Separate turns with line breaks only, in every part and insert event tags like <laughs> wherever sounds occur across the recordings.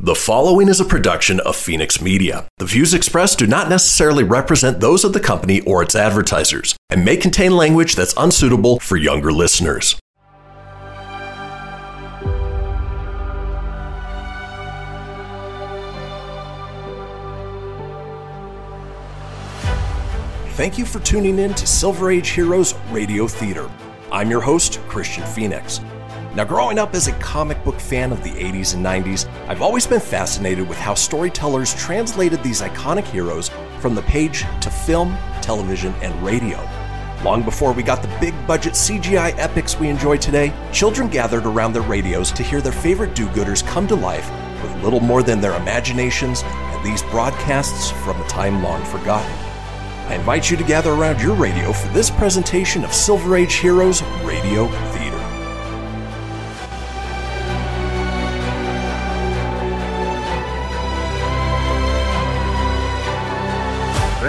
The following is a production of Phoenix Media. The views expressed do not necessarily represent those of the company or its advertisers and may contain language that's unsuitable for younger listeners. Thank you for tuning in to Silver Age Heroes Radio Theater. I'm your host, Christian Phoenix. Now, growing up as a comic book fan of the 80s and 90s, I've always been fascinated with how storytellers translated these iconic heroes from the page to film, television, and radio. Long before we got the big budget CGI epics we enjoy today, children gathered around their radios to hear their favorite do gooders come to life with little more than their imaginations and these broadcasts from a time long forgotten. I invite you to gather around your radio for this presentation of Silver Age Heroes Radio Theater.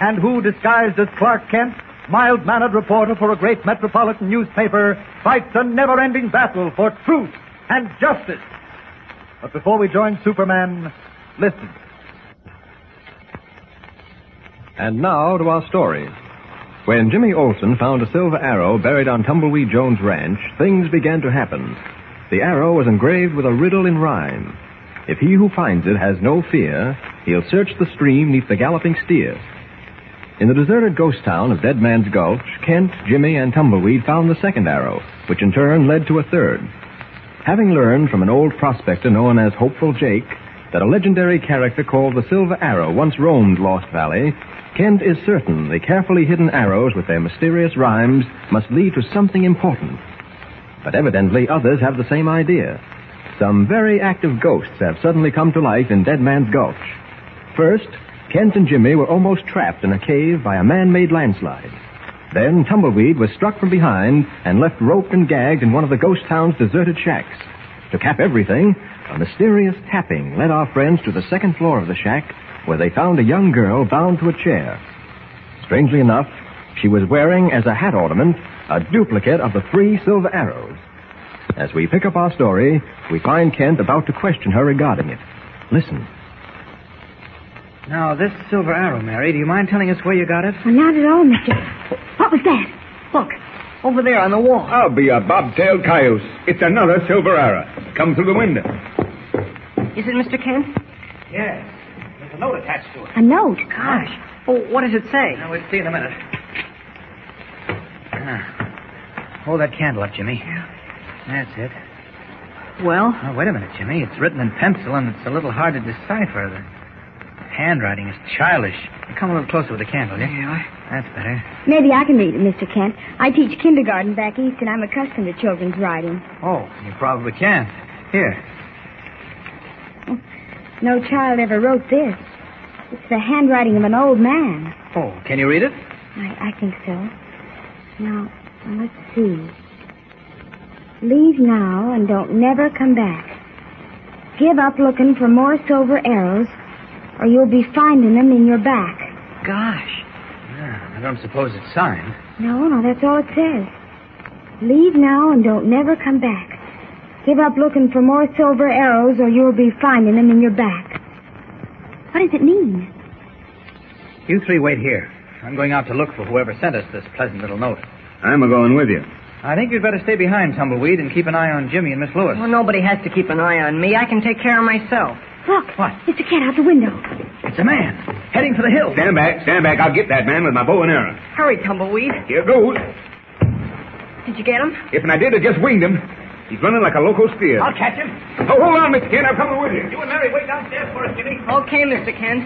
and who, disguised as Clark Kent, mild-mannered reporter for a great metropolitan newspaper, fights a never-ending battle for truth and justice. But before we join Superman, listen.
And now to our story. When Jimmy Olsen found a silver arrow buried on Tumbleweed Jones Ranch, things began to happen. The arrow was engraved with a riddle in rhyme. If he who finds it has no fear, he'll search the stream neath the galloping steer. In the deserted ghost town of Dead Man's Gulch, Kent, Jimmy, and Tumbleweed found the second arrow, which in turn led to a third. Having learned from an old prospector known as Hopeful Jake that a legendary character called the Silver Arrow once roamed Lost Valley, Kent is certain the carefully hidden arrows with their mysterious rhymes must lead to something important. But evidently others have the same idea. Some very active ghosts have suddenly come to life in Dead Man's Gulch. First, Kent and Jimmy were almost trapped in a cave by a man-made landslide. Then Tumbleweed was struck from behind and left roped and gagged in one of the ghost town's deserted shacks. To cap everything, a mysterious tapping led our friends to the second floor of the shack where they found a young girl bound to a chair. Strangely enough, she was wearing as a hat ornament a duplicate of the three silver arrows. As we pick up our story, we find Kent about to question her regarding it. Listen.
Now, this silver arrow, Mary, do you mind telling us where you got it?
Oh, not at all, mister. What was that? Look.
Over there on the wall.
I'll be a bobtailed coyote. It's another silver arrow. Come through the window.
Is it Mr. Kent?
Yes. There's a note attached to it.
A note.
Gosh. Oh, what does it say?
Now, we'll see in a minute.
Ah. Hold that candle up, Jimmy. That's it. Well? Now, wait a minute, Jimmy. It's written in pencil, and it's a little hard to decipher. The handwriting is childish. Come a little closer with the candle, yeah? That's better.
Maybe I can read it, Mr. Kent. I teach kindergarten back east, and I'm accustomed to children's writing.
Oh, you probably can. Here.
No child ever wrote this. It's the handwriting of an old man.
Oh, can you read it?
I, I think so. Now, let's see. Leave now and don't never come back. Give up looking for more silver arrows, or you'll be finding them in your back.
Gosh. Yeah, I don't suppose it's signed.
No, no, that's all it says. Leave now and don't never come back. Give up looking for more silver arrows, or you'll be finding them in your back. What does it mean?
You three wait here. I'm going out to look for whoever sent us this pleasant little note.
I'm a going with you.
I think you'd better stay behind, Tumbleweed, and keep an eye on Jimmy and Miss Lewis.
Well, nobody has to keep an eye on me. I can take care of myself.
Look.
What?
Mr. Kent, out the window.
It's a man heading for the hills.
Stand back, stand back. I'll get that man with my bow and arrow.
Hurry, Tumbleweed.
Here goes.
Did you get him?
If I did, I just winged him. He's running like a loco steer.
I'll catch him.
Oh, hold on, Mr. Kent. I'm coming with you.
and Mary wait downstairs for us, Jimmy.
Okay, Mr. Kent.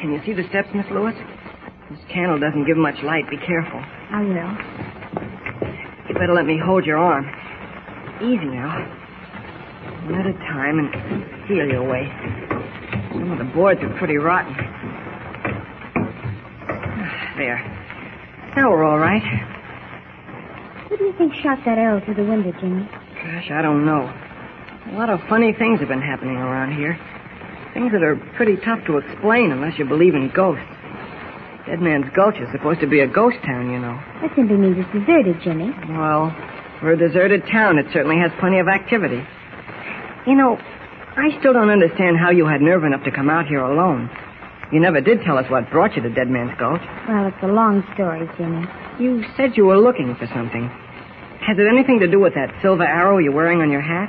Can you see the steps, Miss Lewis? This candle doesn't give much light. Be careful.
I will.
You better let me hold your arm. Easy now. Another time and feel your way. Some of the boards are pretty rotten. There. Now we're all right.
Who do you think shot that arrow through the window, Jimmy?
Gosh, I don't know. A lot of funny things have been happening around here. Things that are pretty tough to explain unless you believe in ghosts. Dead Man's Gulch is supposed to be a ghost town, you know.
That simply means it's deserted, Jimmy.
Well, for a deserted town, it certainly has plenty of activity. You know, I still don't understand how you had nerve enough to come out here alone. You never did tell us what brought you to Dead Man's Gulch.
Well, it's a long story, Jimmy.
You said you were looking for something. Has it anything to do with that silver arrow you're wearing on your hat?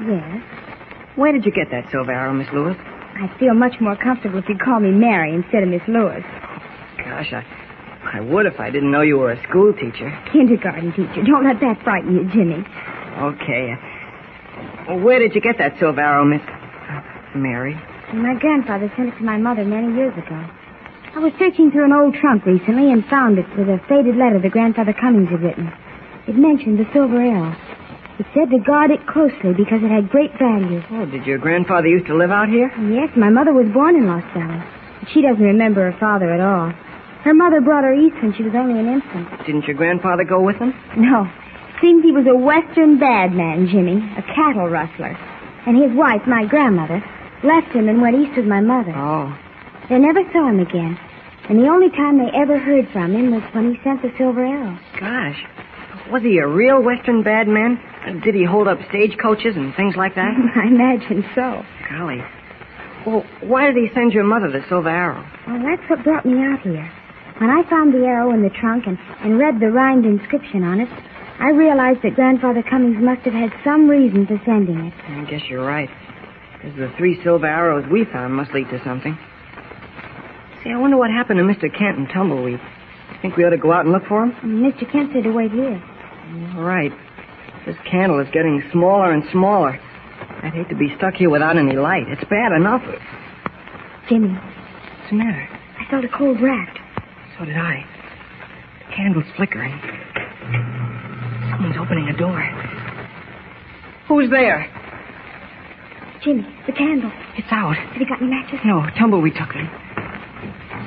Yes.
Where did you get that silver arrow, Miss Lewis?
I'd feel much more comfortable if you'd call me Mary instead of Miss Lewis.
Gosh, I, I would if I didn't know you were a school teacher.
Kindergarten teacher. Don't let that frighten you, Jimmy.
Okay. Well, Where did you get that silver arrow, Miss Mary?
My grandfather sent it to my mother many years ago. I was searching through an old trunk recently and found it with a faded letter that Grandfather Cummings had written. It mentioned the silver arrow. It said to guard it closely because it had great value.
Oh, did your grandfather used to live out here?
Yes, my mother was born in Los Angeles. She doesn't remember her father at all. Her mother brought her east when she was only an infant.
Didn't your grandfather go with them?
No. Seems he was a Western bad man, Jimmy, a cattle rustler. And his wife, my grandmother, left him and went east with my mother.
Oh.
They never saw him again. And the only time they ever heard from him was when he sent the silver arrow. <laughs>
Gosh. Was he a real Western bad man? Did he hold up stagecoaches and things like <laughs> that?
I imagine so.
Golly. Well, why did he send your mother the silver arrow?
Well, that's what brought me out here. When I found the arrow in the trunk and, and read the rhymed inscription on it, I realized that Grandfather Cummings must have had some reason for sending it.
I guess you're right. Because the three silver arrows we found must lead to something. See, I wonder what happened to Mr. Kent and Tumbleweed. Think we ought to go out and look for him?
Mr. Mm, Kent said to wait here.
All right. This candle is getting smaller and smaller. I'd hate to be stuck here without any light. It's bad enough. What's
Jimmy,
the matter?
I felt a cold draft.
So did I. The candle's flickering. Someone's opening a door. Who's there?
Jimmy, the candle.
It's out.
Have you got any matches?
No, Tumbleweed took them.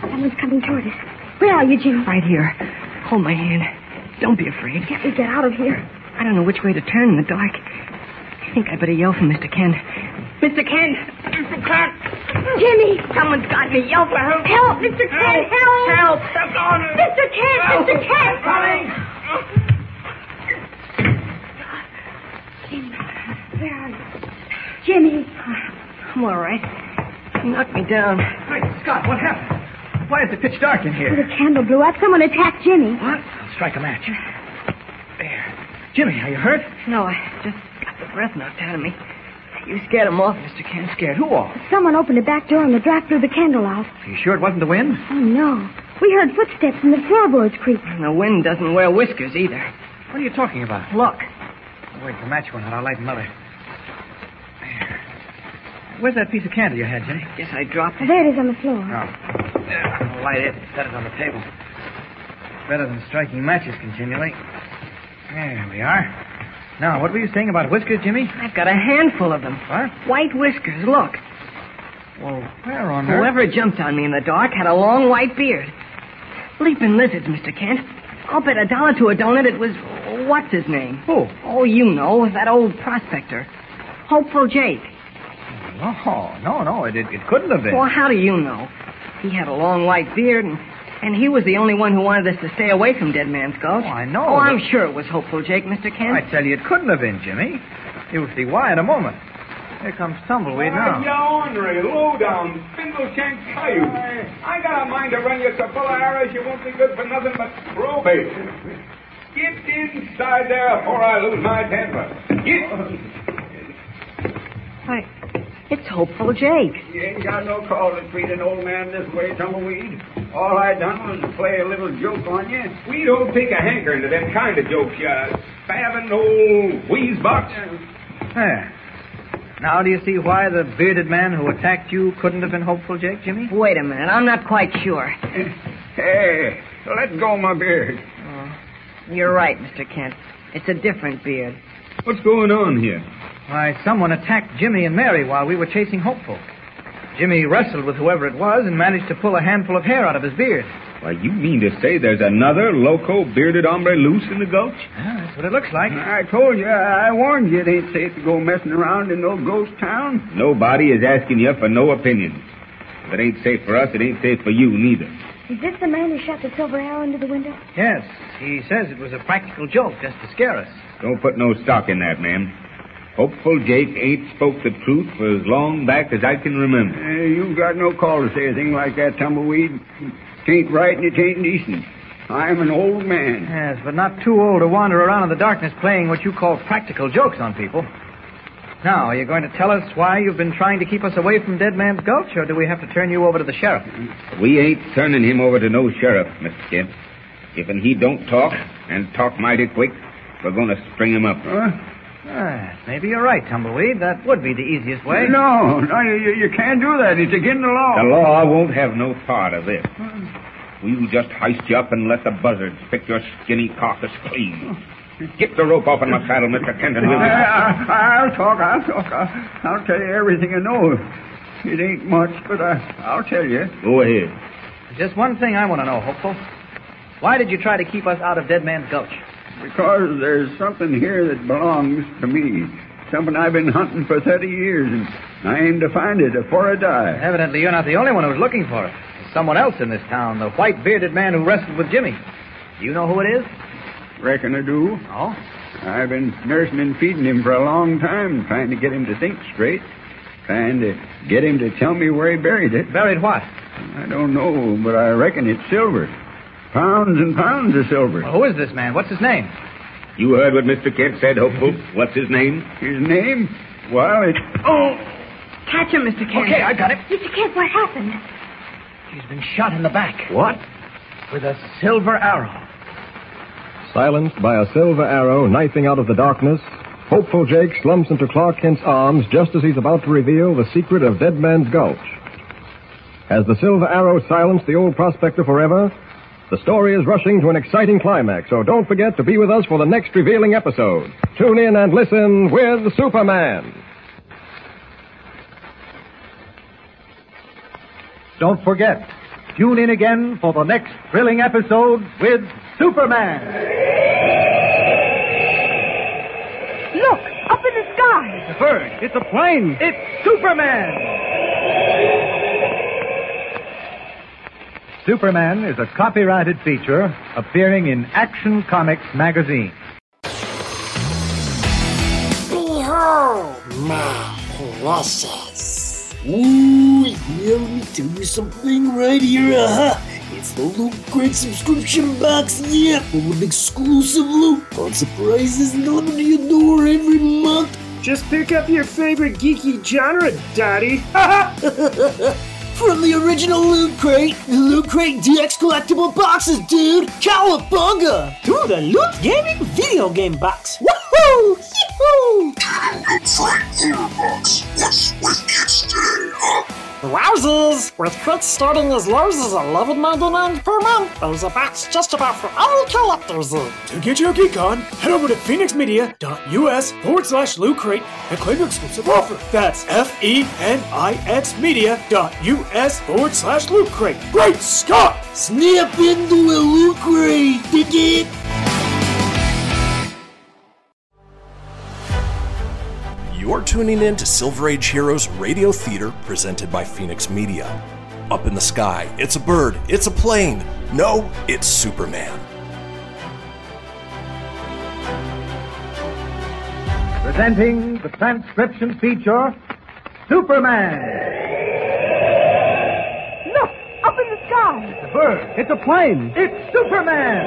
Someone's coming toward us. Where are you, Jimmy?
Right here. Hold my hand. Don't be afraid.
Can't we get out of here?
I don't know which way to turn in the dark. I think I better yell for Mr. Ken. Mr. Ken! Mr. Ken!
Jimmy!
Someone's got me. Yell for help!
Help, Mr. Kent, Oh, help!
Help! Help! on
Mr. Kent,
Help.
Mr. Kent!
Coming.
Jimmy, where are you? Jimmy!
Uh, I'm all right. He knocked me down.
Great Scott, what happened? Why is it pitch dark in
The
<laughs>
here?
candle blew up. Someone attacked Jimmy.
What? I'll strike a match. There. Jimmy, are you hurt?
No, I just got the breath knocked out of me. You scared him off, Mr. Kent.
Scared who off?
Someone opened the back door and the draft blew the candle out.
Are you sure it wasn't the wind?
Oh, no. We heard footsteps and the floorboards creak.
And the wind doesn't wear whiskers either.
What are you talking about?
Look.
Wait, the match went out. I'll light another. There. Where's that piece of candle you had, Jimmy?
Guess I dropped it.
There it is on the floor.
Oh. There,
Uh,
I'll light it. Set it on the table. Better than striking matches continually. There we are. Now, what were you saying about whiskers, Jimmy?
I've got a handful of them.
What?
White whiskers, look.
Well, where on earth?
Whoever jumped on me in the dark had a long white beard. Leaping lizards, Mr. Kent. I'll bet a dollar to a donut it was. What's his name?
Who?
Oh, you know, that old prospector. Hopeful Jake.
No, Oh, no, no. It, it, it couldn't have been.
Well, how do you know? He had a long white beard, and, and he was the only one who wanted us to stay away from Dead Man's Gulch.
Oh, I know,
Oh, I'm
but-
sure it was Hopeful Jake, Mr. Kent.
I tell you, it couldn't have been, Jimmy. You'll see why in a moment. Here comes Tumbleweed now.
You ornery, low-down, spindle-shanked coyote. I got a mind to run you so full of arrows you won't be good for nothing but probate. Get inside there or I lose my temper. Get...
Why, it's Hopeful Jake.
You ain't got no call to treat an old man this way, Tumbleweed. All I done was play a little joke on you.
We don't take a hankering to them kind of jokes, you spavined old wheezebox.
There. Now, do you see why the bearded man who attacked you couldn't have been Hopeful Jake, Jimmy?
Wait a minute, I'm not quite sure.
Hey, let go of my beard.
You're right, Mr. Kent. It's a different beard.
What's going on here?
Why, someone attacked Jimmy and Mary while we were chasing Hopeful. Jimmy wrestled with whoever it was and managed to pull a handful of hair out of his beard.
Why, you mean to say there's another loco bearded hombre loose in the gulch?
Yeah, that's what it looks like.
I told you, I warned you it ain't safe to go messing around in no ghost town.
Nobody is asking you for no opinions. If it ain't safe for us, it ain't safe for you neither.
Is this the man who shot the silver arrow into the window?
Yes, he says it was a practical joke just to scare us.
Don't put no stock in that, ma'am. Hopeful Jake ain't spoke the truth for as long back as I can remember.
Uh, you got no call to say a thing like that, Tumbleweed. It ain't right and it ain't decent. I'm an
<laughs>
old man.
Yes, but not too old to wander around in the darkness playing what you call practical jokes on people. Now, are you going to tell us why you've been trying to keep us away from Dead Man's Gulch, or do we have to turn you over to the sheriff?
We ain't turning him over to no sheriff, Mr. Kent. If and he don't talk, and talk mighty quick, we're going to string him up.
Ah, maybe you're right, Tumbleweed. That would be the easiest way.
No, no, you, you- you can't do that. It's against the law.
The law won't have no part of this. We'll just heist you up and let the buzzards pick your skinny carcass clean. Get the rope off on my saddle, Mr. Kent, and we'll...
I, will talk, Uh, I'll talk. I'll, I'll tell you everything I know. It ain't much, but I, I'll tell you.
Go ahead.
Just one thing I want to know, Hopeful. Why did you try to keep us out of Dead Man's Gulch?
Because there's something here that belongs to me. Something I've been hunting for 30 years, and I aim to find it afore I die.
Evidently, you're not the only one who's looking for it. There's someone else in this town, the white bearded man who wrestled with Jimmy. Do you know who it is?
Reckon I do.
No.
I've been nursing and feeding him for a long time, trying to get him to think straight, trying to get him to tell me where he buried it.
Buried what?
I don't know, but I reckon it's silver. Pounds and pounds of silver.
Well, who is this man? What's his name?
You heard what Mr. Kent said, Hopeful. What's his name?
His name? Well, it's.
Oh! Catch him, Mr. Kent.
Okay, I got it.
Mr. Kent, what happened?
He's been shot in the back
What?
with a silver arrow.
Silenced by a silver arrow knifing out of the darkness, hopeful Jake slumps into Clark Kent's arms just as he's about to reveal the secret of Dead Man's Gulch. Has the silver arrow silenced the old prospector forever? The story is rushing to an exciting climax, so don't forget to be with us for the next revealing episode. Tune in and listen with Superman.
Don't forget, tune in again for the next thrilling episode with Superman.
Look, up in the sky.
It's a bird. It's a plane. It's Superman. Superman is a copyrighted feature appearing in Action Comics magazine.
Behold my process. Ooh, yeah, let me tell you something right here. Aha! It's the Loot Crate subscription box, yeah, with exclusive loot, fun surprises delivered to your door every month.
Just pick up your favorite geeky genre, Daddy. <laughs>
From the original Loot Crate, the Loot Crate DX collectible boxes, dude! Cowabunga!
To the Loot Gaming video game box.
Woohoo! Yee-hoo!
Wowzers! With crits starting as low as 11.99 per month, there's a box just about for all collectors. To get your geek on, head over to phoenixmedia.us forward slash loot crate and claim your exclusive offer. That's E F-E-N-I-X media.us forward slash loot crate. Great Scott!
Snap into a Loot Crate! Dig it!
You're tuning in to Silver Age Heroes Radio Theater presented by Phoenix Media. Up in the sky, it's a bird, it's a plane. No, it's Superman.
Presenting the transcription feature, Superman.
Look, up in the sky.
It's a bird. It's a plane. It's Superman.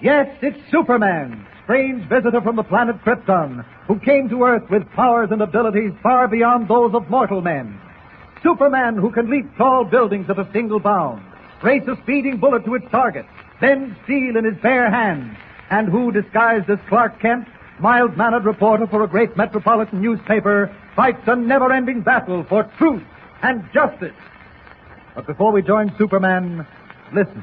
Yes, it's Superman, strange visitor from the planet Krypton, who came to Earth with powers and abilities far beyond those of mortal men. Superman who can leap tall buildings at a single bound, race a speeding bullet to its target, bend steel in his bare hands, and who, disguised as Clark Kent, mild-mannered reporter for a great metropolitan newspaper, fights a never-ending battle for truth and justice. But before we join Superman, listen.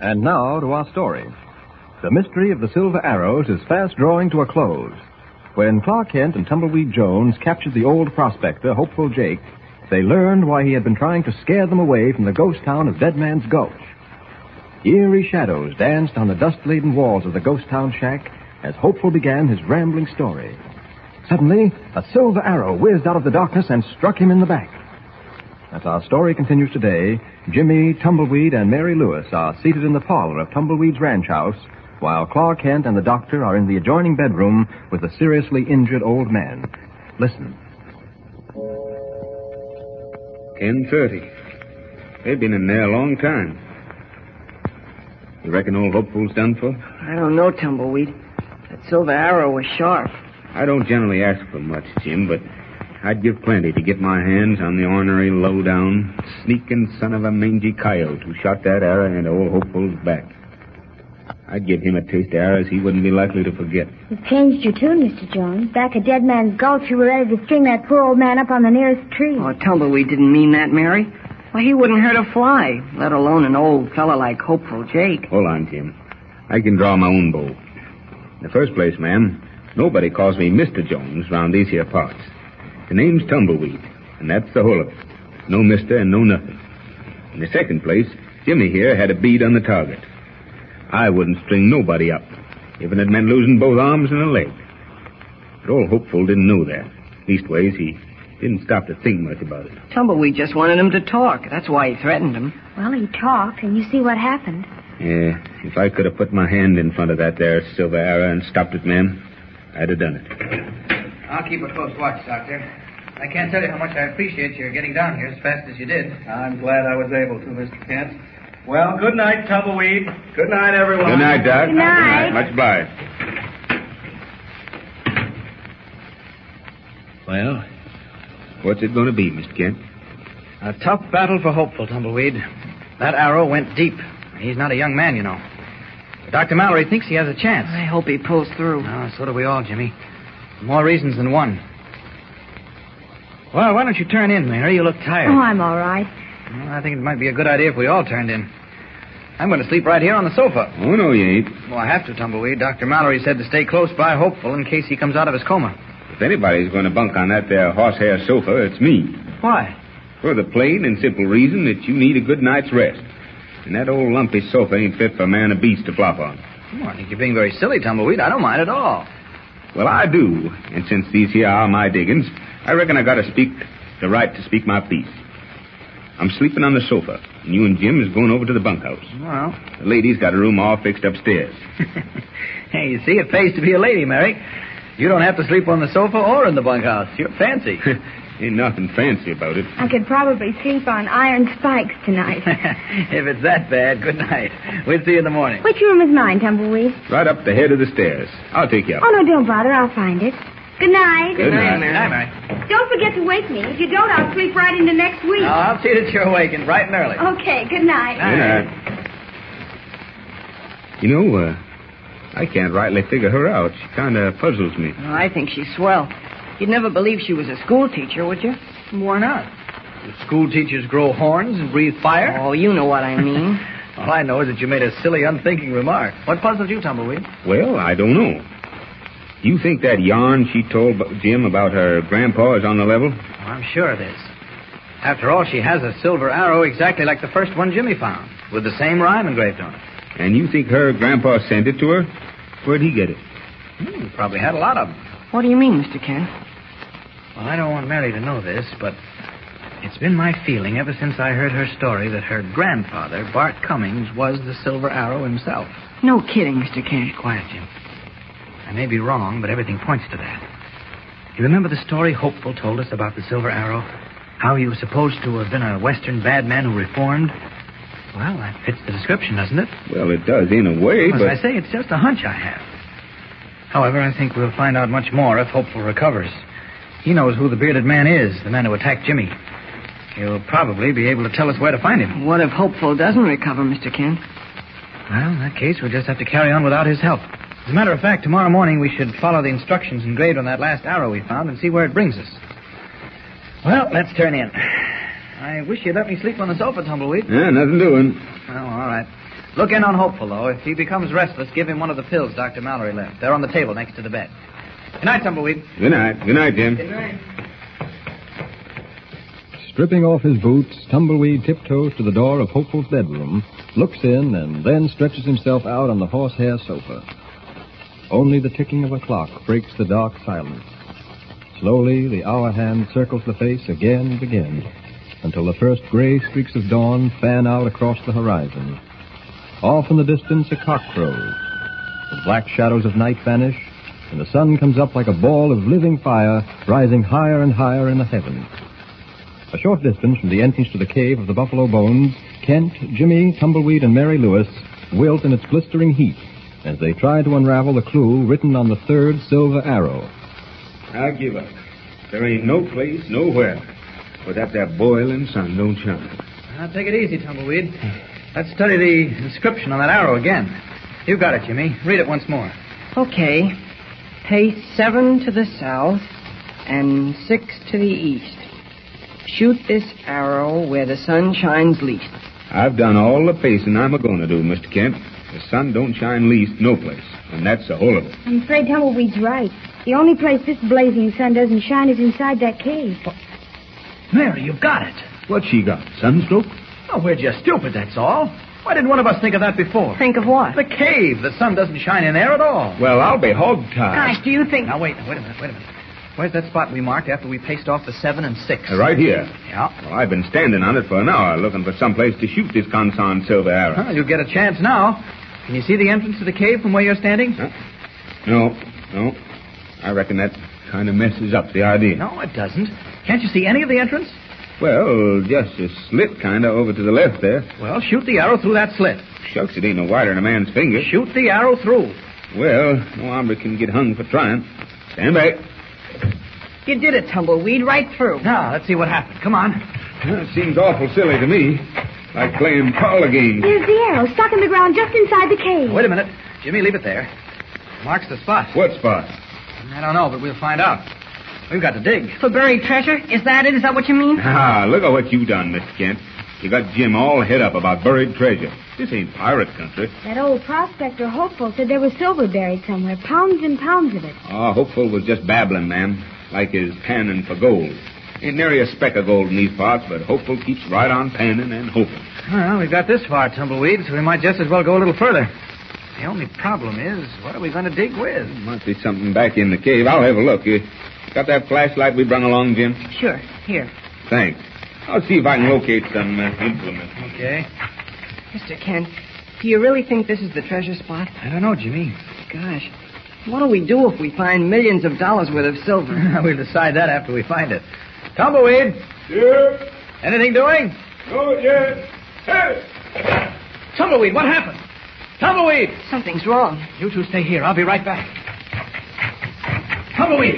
And now to our story. The mystery of the Silver Arrows is fast drawing to a close. When Clark Kent and Tumbleweed Jones captured the old prospector, Hopeful Jake, they learned why he had been trying to scare them away from the ghost town of Dead Man's Gulch. Eerie shadows danced on the dust laden walls of the ghost town shack as Hopeful began his rambling story. Suddenly, a silver arrow whizzed out of the darkness and struck him in the back. As our story continues today, Jimmy, Tumbleweed, and Mary Lewis are seated in the parlor of Tumbleweed's ranch house, while Clark Kent and the doctor are in the adjoining bedroom with the seriously injured old man. Listen.
10.30. They've been in there a long time. You reckon old Hopeful's done for?
I don't know, Tumbleweed. That silver arrow was sharp.
I don't generally ask for much, Jim, but I'd give plenty to get my hands on the ornery, low-down, sneaking son of a mangy coyote who shot that arrow into old Hopeful's back. I'd give him a taste of arrows he wouldn't be likely to forget.
You've changed your tune, Mr. Jones. Back at Dead Man's Gulch, you were ready to string that poor old man up on the nearest tree.
Oh, Tumbleweed didn't mean that, Mary. Why, he wouldn't hurt a fly, let alone an old fella like Hopeful Jake.
Hold on, Jim. I can draw my own bow. In the first place, ma'am, nobody calls me Mr. Jones round these here parts. The name's Tumbleweed, and that's the whole of it. No mister and no nothing. In the second place, Jimmy here had a bead on the target. I wouldn't string nobody up, even it meant losing both arms and a leg. But old Hopeful didn't know that. Leastways, he didn't stop to think much about it.
Tumbleweed just wanted him to talk. That's why he threatened him.
Well, he talked, and you see what happened.
Yeah, if I could have put my hand in front of that there silver arrow and stopped it, ma'am, I'd have done it.
I'll keep a close watch, Doctor. I can't tell you how much I appreciate your getting down here as fast as you did.
I'm glad I was able to, Mr. Kent. Well, good night, Tumbleweed. Good night, everyone.
Good night, Doc.
Good night.
Much obliged. Well, what's it going to be, Mr. Kent?
A tough battle for Hopeful, Tumbleweed. That arrow went deep. He's not a young man, you know. But Dr. Mallory thinks he has a chance. I
hope he pulls through.
No, so do we all, Jimmy. For more reasons than one. Well, why don't you turn in, Mary? You look tired.
Oh, I'm all right.
Well, I think it might be a good idea if we all turned in. I'm going to sleep right here on the sofa.
Oh, no, you ain't.
Well, I have to, Tumbleweed. Dr. Mallory said to stay close by Hopeful in case he comes out of his coma.
If anybody's going to bunk on that there horsehair sofa, it's me.
Why?
For the plain and simple reason that you need a good night's rest. And that old lumpy sofa ain't fit for a man or beast to flop on.
Oh, I think you're being very silly, Tumbleweed. I don't mind at all.
Well, I do. And since these here are my diggings, I reckon I gotta speak the right to speak my piece. I'm sleeping on the sofa, and you and Jim is going over to the bunkhouse.
Well,
The lady's got a room all fixed upstairs.
hey, you see, it pays to be a lady, Mary. You don't have to sleep on the sofa or in the bunkhouse. You're fancy.
<laughs> Ain't nothing fancy about it.
I could probably sleep on iron spikes tonight.
<laughs> if it's that bad, good night. We'll see you in the morning.
Which room is mine, Tumbleweed?
Right up the head of the stairs. I'll take you up.
Oh, no, don't bother. I'll find it. Good night.
Good Good night, night. Mary. Night,
Don't forget to wake me. If you don't, I'll sleep right into next week.
Oh, I'll see that you're awakened bright and early.
Okay, good night.
Good night. You know, uh, I can't rightly figure her out. She kind of puzzles me.
Well, Oh, I think she's swell. You'd never believe she was a school teacher, would you?
Why not? School teachers grow horns and breathe fire.
Oh, you know what I mean.
<laughs> All I know is that you made a silly, unthinking remark. What puzzled you, Tumbleweed?
Well, I don't know. You think that yarn she told b- Jim about her grandpa is on the level?
I'm sure it is. After all, she has a silver arrow exactly like the first one Jimmy found, with the same rhyme engraved on it.
And you think her grandpa sent it to her? Where'd he get it?
Hmm, probably had a lot of them.
What do you mean, Mr. Kent?
Well, I don't want Mary to know this, but it's been my feeling ever since I heard her story that her grandfather, Bart Cummings, was the silver arrow himself.
No kidding, Mr. Kent.
Quiet, Jim. I may be wrong, but everything points to that. You remember the story Hopeful told us about the Silver Arrow? How he was supposed to have been a Western bad man who reformed? Well, that fits the description, doesn't it?
Well, it does in a
As
way, but
I say, it's just a hunch I have. However, I think we'll find out much more if Hopeful recovers. He knows who the bearded man is, the man who attacked Jimmy. He'll probably be able to tell us where to find him.
What if Hopeful doesn't recover, Mr. Kent?
Well, in that case, we'll just have to carry on without his help. As a matter of fact, tomorrow morning we should follow the instructions engraved on that last arrow we found and see where it brings us. Well, let's turn in. I wish you'd let me sleep on the sofa, Tumbleweed.
yeah, nothing doing.
Oh, all right. Look in on Hopeful, though. If he becomes restless, give him one of the pills Dr. Mallory left. They're on the table next to the bed. Good night, Tumbleweed.
Good night. Good night, Jim. Good
night.
Stripping off his boots, Tumbleweed tiptoes to the door of Hopeful's bedroom, looks in, and then stretches himself out on the horsehair sofa. Only the ticking of a clock breaks the dark silence. Slowly, the hour hand circles the face again and again, until the first gray streaks of dawn fan out across the horizon. Off in the distance, a cock crows. The black shadows of night vanish, and the sun comes up like a ball of living fire, rising higher and higher in the heavens. A short distance from the entrance to the cave of the Buffalo Bones, Kent, Jimmy, Tumbleweed, and Mary Lewis wilt in its blistering heat as they try to unravel the clue written on the third silver arrow.
I give up. There ain't no place, nowhere, but that there boiling sun don't shine.
Now, take it easy, Tumbleweed. Let's study the inscription on that arrow again. You got it, Jimmy. Read it once more.
Okay. Pay seven to the south and six to the east. Shoot this arrow where the sun shines least.
I've done all the pacing I'm a going to do, Mr. Kent. The sun don't shine least no place, and that's the whole of it.
I'm afraid Tumbleweed's right. The only place this blazing sun doesn't shine is inside that cave.
Mary, you've got it.
What she got? Sunstroke?
Oh, we're just stupid, that's all. Why didn't one of us think of that before?
Think of what?
The cave. The sun doesn't shine in there at all.
Well, I'll be hogtied.
Gosh, do you think.
Now, wait, wait a minute, wait a minute. Where's that spot we marked after we paced off the seven and six?
Uh, Right here.
Yeah.
Well, I've been standing on it for an hour looking for some place to shoot this consigned silver arrow.
Well, you'll get a chance now. Can you see the entrance to the cave from where you're standing?
No, no. I reckon that kind of messes up the idea.
No, it doesn't. Can't you see any of the entrance?
Well, just a slit kind of over to the left there.
Well, shoot the arrow through that slit.
Shucks, it ain't no wider than a man's finger.
Shoot the arrow through.
Well, no hombre can get hung for trying. Stand back.
You did it, Tumbleweed, right through.
Now, let's see what happened. Come on.
Hmm.
Well, It seems awful silly to me. Like playing parlor games.
There's the arrow stuck in the ground just inside the cave.
Wait a minute. Jimmy, leave it there. Marks the spot.
What spot?
I don't know, but we'll find out. We've got to dig.
For buried treasure? Is that it? Is that what you mean?
Ah, look at what you done, Miss Kent. You got Jim all head up about buried treasure. This ain't pirate country.
That old prospector hopeful said there was silver buried somewhere, pounds and pounds of it.
Ah, Hopeful was just babbling, ma'am, like his panning for gold. Ain't nary a speck of gold in these parts, but Hopeful keeps right on panning and hoping.
Well, we've got this far, Tumbleweed, so we might just as well go a little further. The only problem is, what are we going to dig with?
Must be something back in the cave. I'll have a look. You got that flashlight we brung along, Jim?
Sure. Here.
Thanks. I'll see if I can locate some uh, implements.
Okay.
Mr. Kent, do you really think this is the treasure spot?
I don't know, Jimmy.
Gosh, what'll we do if we find millions of dollars worth of silver?
<laughs> we'll decide that after we find it. Tumbleweed,
Yep.
anything doing?
Oh, yes. Hey!
Tumbleweed, what happened? Tumbleweed!
Something's wrong.
You two stay here. I'll be right back. Tumbleweed!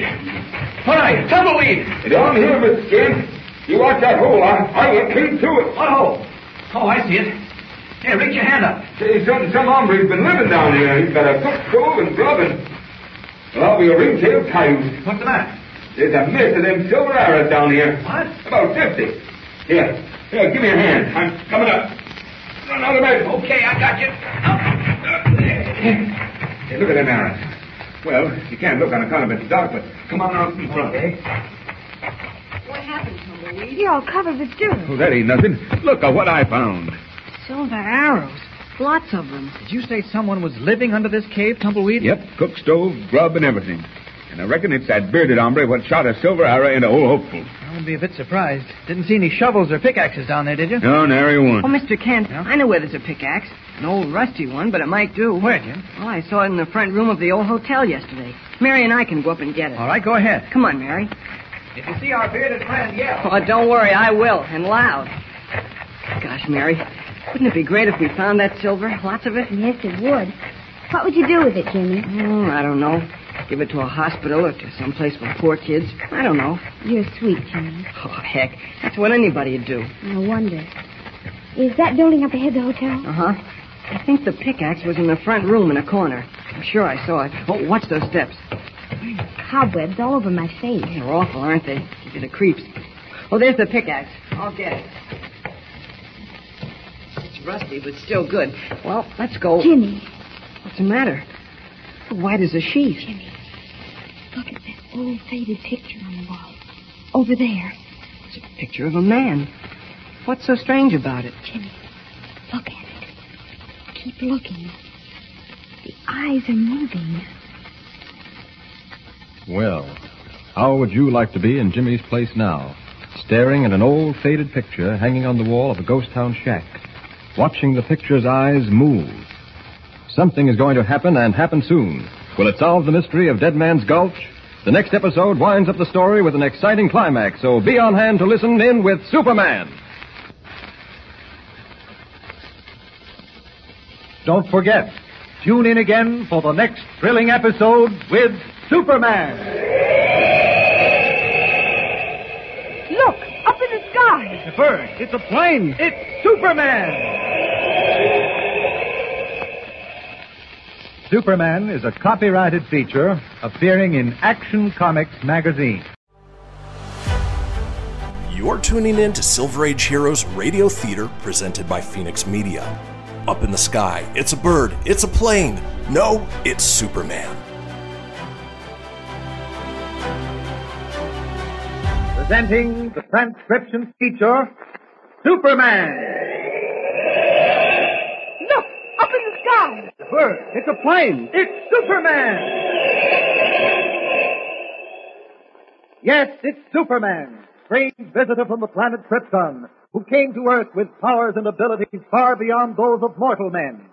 All right, Tumbleweed!
It's on here, Miss Kent. You watch that hole. I, I get clean to it.
What hole? Oh, I see it. Here, reach your hand up.
Say, some, some hombre's been living down here. He's got a cook stove and grubbing. Well, I'll be a ring-tailed coyote.
What's the matter?
There's a mess of them silver arrows down here.
What?
About 50. Here, here, give me a hand. I'm coming up. Run out of bed.
Okay, I got you.
Hey, look at them arrows. Well, you can't look on account of it's dark, but come on out in front.
What happened, Tumbleweed?
You're all covered with dirt.
Oh, that ain't nothing. Look at what I found.
Silver arrows. Lots of them.
Did you say someone was living under this cave, Tumbleweed?
Yep, cook stove, grub, and everything. And I reckon it's that bearded hombre what shot a silver arrow into old Hopeful.
I wouldn't be a bit surprised. Didn't see any shovels or pickaxes down there, did you?
No, nary
Oh,
one.
Mr. Kent,
Yeah?
I know where there's a pickaxe. An old rusty one, but it might do.
Where, Jim?
Well, I saw it in the front room of the old hotel yesterday. Mary and I can go up and get it.
All right, go ahead.
Come on, Mary.
If you see our bearded friend, yell.
Oh, don't worry, I will, and loud. Gosh, Mary, wouldn't it be great if we found that silver? Lots of it?
Yes, it would. What would you do with it, Jimmy?
Oh, I don't know. Give it to a hospital or to some place for poor kids. I don't know.
You're sweet, Jimmy.
Oh, heck. That's what anybody would do.
I wonder. Is that building up ahead the hotel?
Uh huh. I think the pickaxe was in the front room in a corner. I'm sure I saw it. Oh, watch those steps.
Cobwebs all over my face.
They're awful, aren't they? Give you the creeps. Oh, there's the pickaxe. I'll get it. rusty, but still good. Well, let's go.
Jimmy.
What's the matter? White as a sheet.
Look at that old faded picture on the wall. Over there.
Picture of a man. What's so strange about it?
Jimmy, look at it. Keep looking. The eyes are moving.
Well, how would you like to be in Jimmy's place now? Staring at an old faded picture hanging on the wall of a ghost town shack. Watching the picture's eyes move. Something is going to happen and happen soon. Will it solve the mystery of Dead Man's Gulch? The next episode winds up the story with an exciting climax, so be on hand to listen in with Superman.
Don't forget, tune in again for the next thrilling episode with Superman.
Look, up in the sky.
It's a bird. It's a plane. It's Superman. Superman is a copyrighted feature appearing in Action Comics magazine.
You're tuning in to Silver Age Heroes Radio Theater presented by Phoenix Media. Up in the sky, it's a bird, it's a plane. No, it's Superman.
Presenting the transcription feature, Superman.
Look, up in the sky.
It's a bird. It's a plane. It's Superman. Yes, it's Superman, strange visitor from the planet Krypton, who came to Earth with powers and abilities far beyond those of mortal men.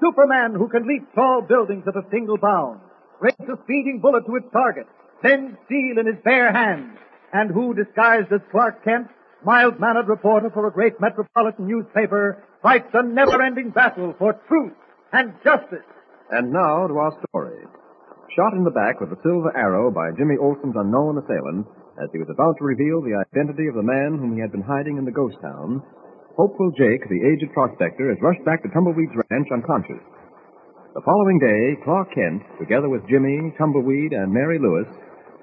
Superman who can leap tall buildings at a single bound, raise a speeding bullet to its target, bend steel in his bare hands, and who, disguised as Clark Kent, mild-mannered reporter for a great metropolitan newspaper, fights a never-ending battle for truth and justice.
And now to our story. Shot in the back with a silver arrow by Jimmy Olsen's unknown assailant as he was about to reveal the identity of the man whom he had been hiding in the ghost town, Hopeful Jake, the aged prospector, is rushed back to Tumbleweed's ranch unconscious. The following day, Clark Kent, together with Jimmy, Tumbleweed, and Mary Lewis,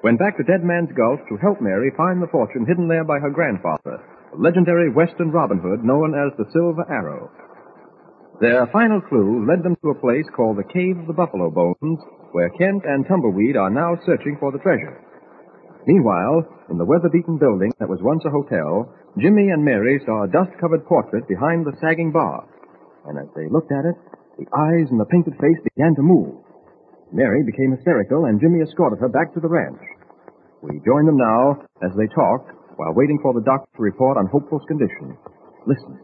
went back to Dead Man's Gulch to help Mary find the fortune hidden there by her grandfather, the legendary Western Robin Hood known as the Silver Arrow. Their final clue led them to a place called the Cave of the Buffalo Bones, where Kent and Tumbleweed are now searching for the treasure. Meanwhile, in the weather-beaten building that was once a hotel, Jimmy and Mary saw a dust-covered portrait behind the sagging bar. And as they looked at it, the eyes in the painted face began to move. Mary became hysterical, and Jimmy escorted her back to the ranch. We join them now as they talk while waiting for the doctor to report on Hopeful's condition. Listen.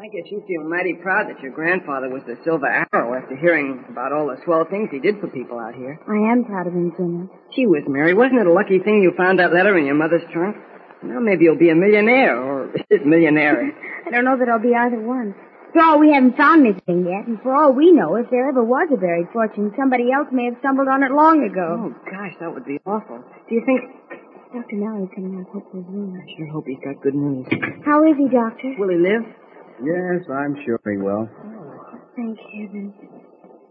I guess you feel mighty proud that your grandfather was the Silver Arrow after hearing about all the swell things he did for people out here.
I am proud of him, Jimmy.
Gee whiz, Mary, wasn't it a lucky thing you found that letter in your mother's trunk? Now maybe you'll be a millionaire, or <laughs> is it millionaire?
I don't know that I'll be either one. For all we haven't found anything yet, and for all we know, if there ever was a buried fortune, somebody else may have stumbled on it long ago.
Oh, gosh, that would be awful. Do you think...
Dr. Mallory's coming out of Hopeful's room.
I sure hope he's got good news.
How is he, Doctor?
Will he live?
Yes, I'm sure he will.
Thank heaven.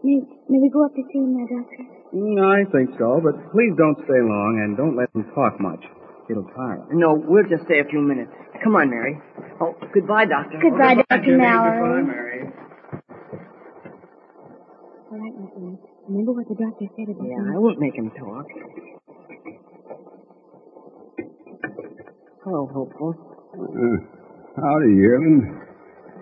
May, may we go up to see him now, Doctor?
Mm, I think so, but please don't stay long and don't let him talk much. It'll tire him.
No, we'll just stay a few minutes. Come on, Mary. Oh, goodbye, Doctor.
Goodbye,
Oh,
Dr. Mallory.
Mary.
All right, Miss Lewis. Remember what the doctor said about
Yeah, I
me.
won't make him talk. Hello, Oh, Hopeful.
Uh, howdy, Yearling.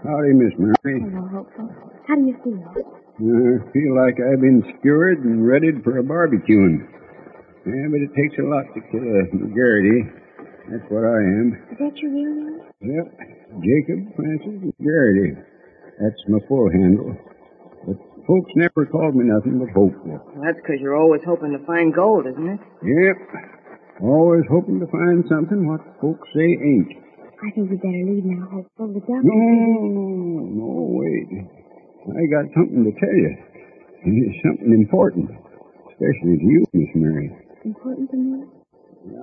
Howdy, Miss Murphy.
Hello, Hopeful. How do you feel?
Uh, feel like I've been skewered and readied for a barbecuing. Yeah, but it takes a lot to kill a McGarity. That's what I am.
Is that your real name?
Yep, Jacob Francis McGarity. That's my full handle. But folks never called me nothing but hopeful.
Well, that's because you're always hoping to find gold, isn't it?
Yep, always hoping to find something what folks say ain't.
I think we better leave now, Hopeful. The doctor.
No,
Mm.
no, no, no, wait. I got something to tell you. And it's something important. Especially to you, Miss Mary.
Important to me?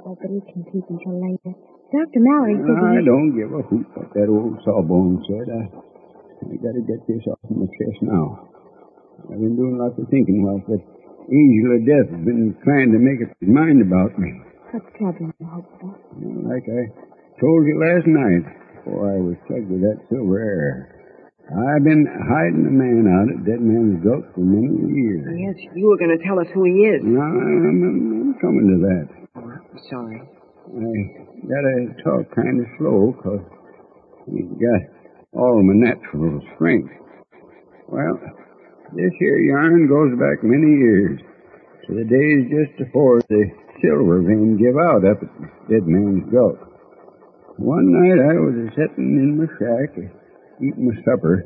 Oh, but he can keep until later. Dr. Mallory said
Uh, I
he-
don't give a hoot what that old sawbone said. I, I gotta get this off my chest now. I've been doing lots of thinking while that angel of death has been trying to make up his mind about me.
What's troubling you, Hopeful?
You know, Like I told you last night, before I was plugged with that silver air. I've been hiding a man out at Dead Man's Gulch for many years.
Yes, you were going to tell us who he is.
No, I'm, I'm coming to that.
Sorry.
I gotta talk kind of slow, cause he's got all my natural strength. Well, this here yarn goes back many years to the days just before the silver vein give out up at Dead Man's Gulch. One night I was a sitting in my shack eating my supper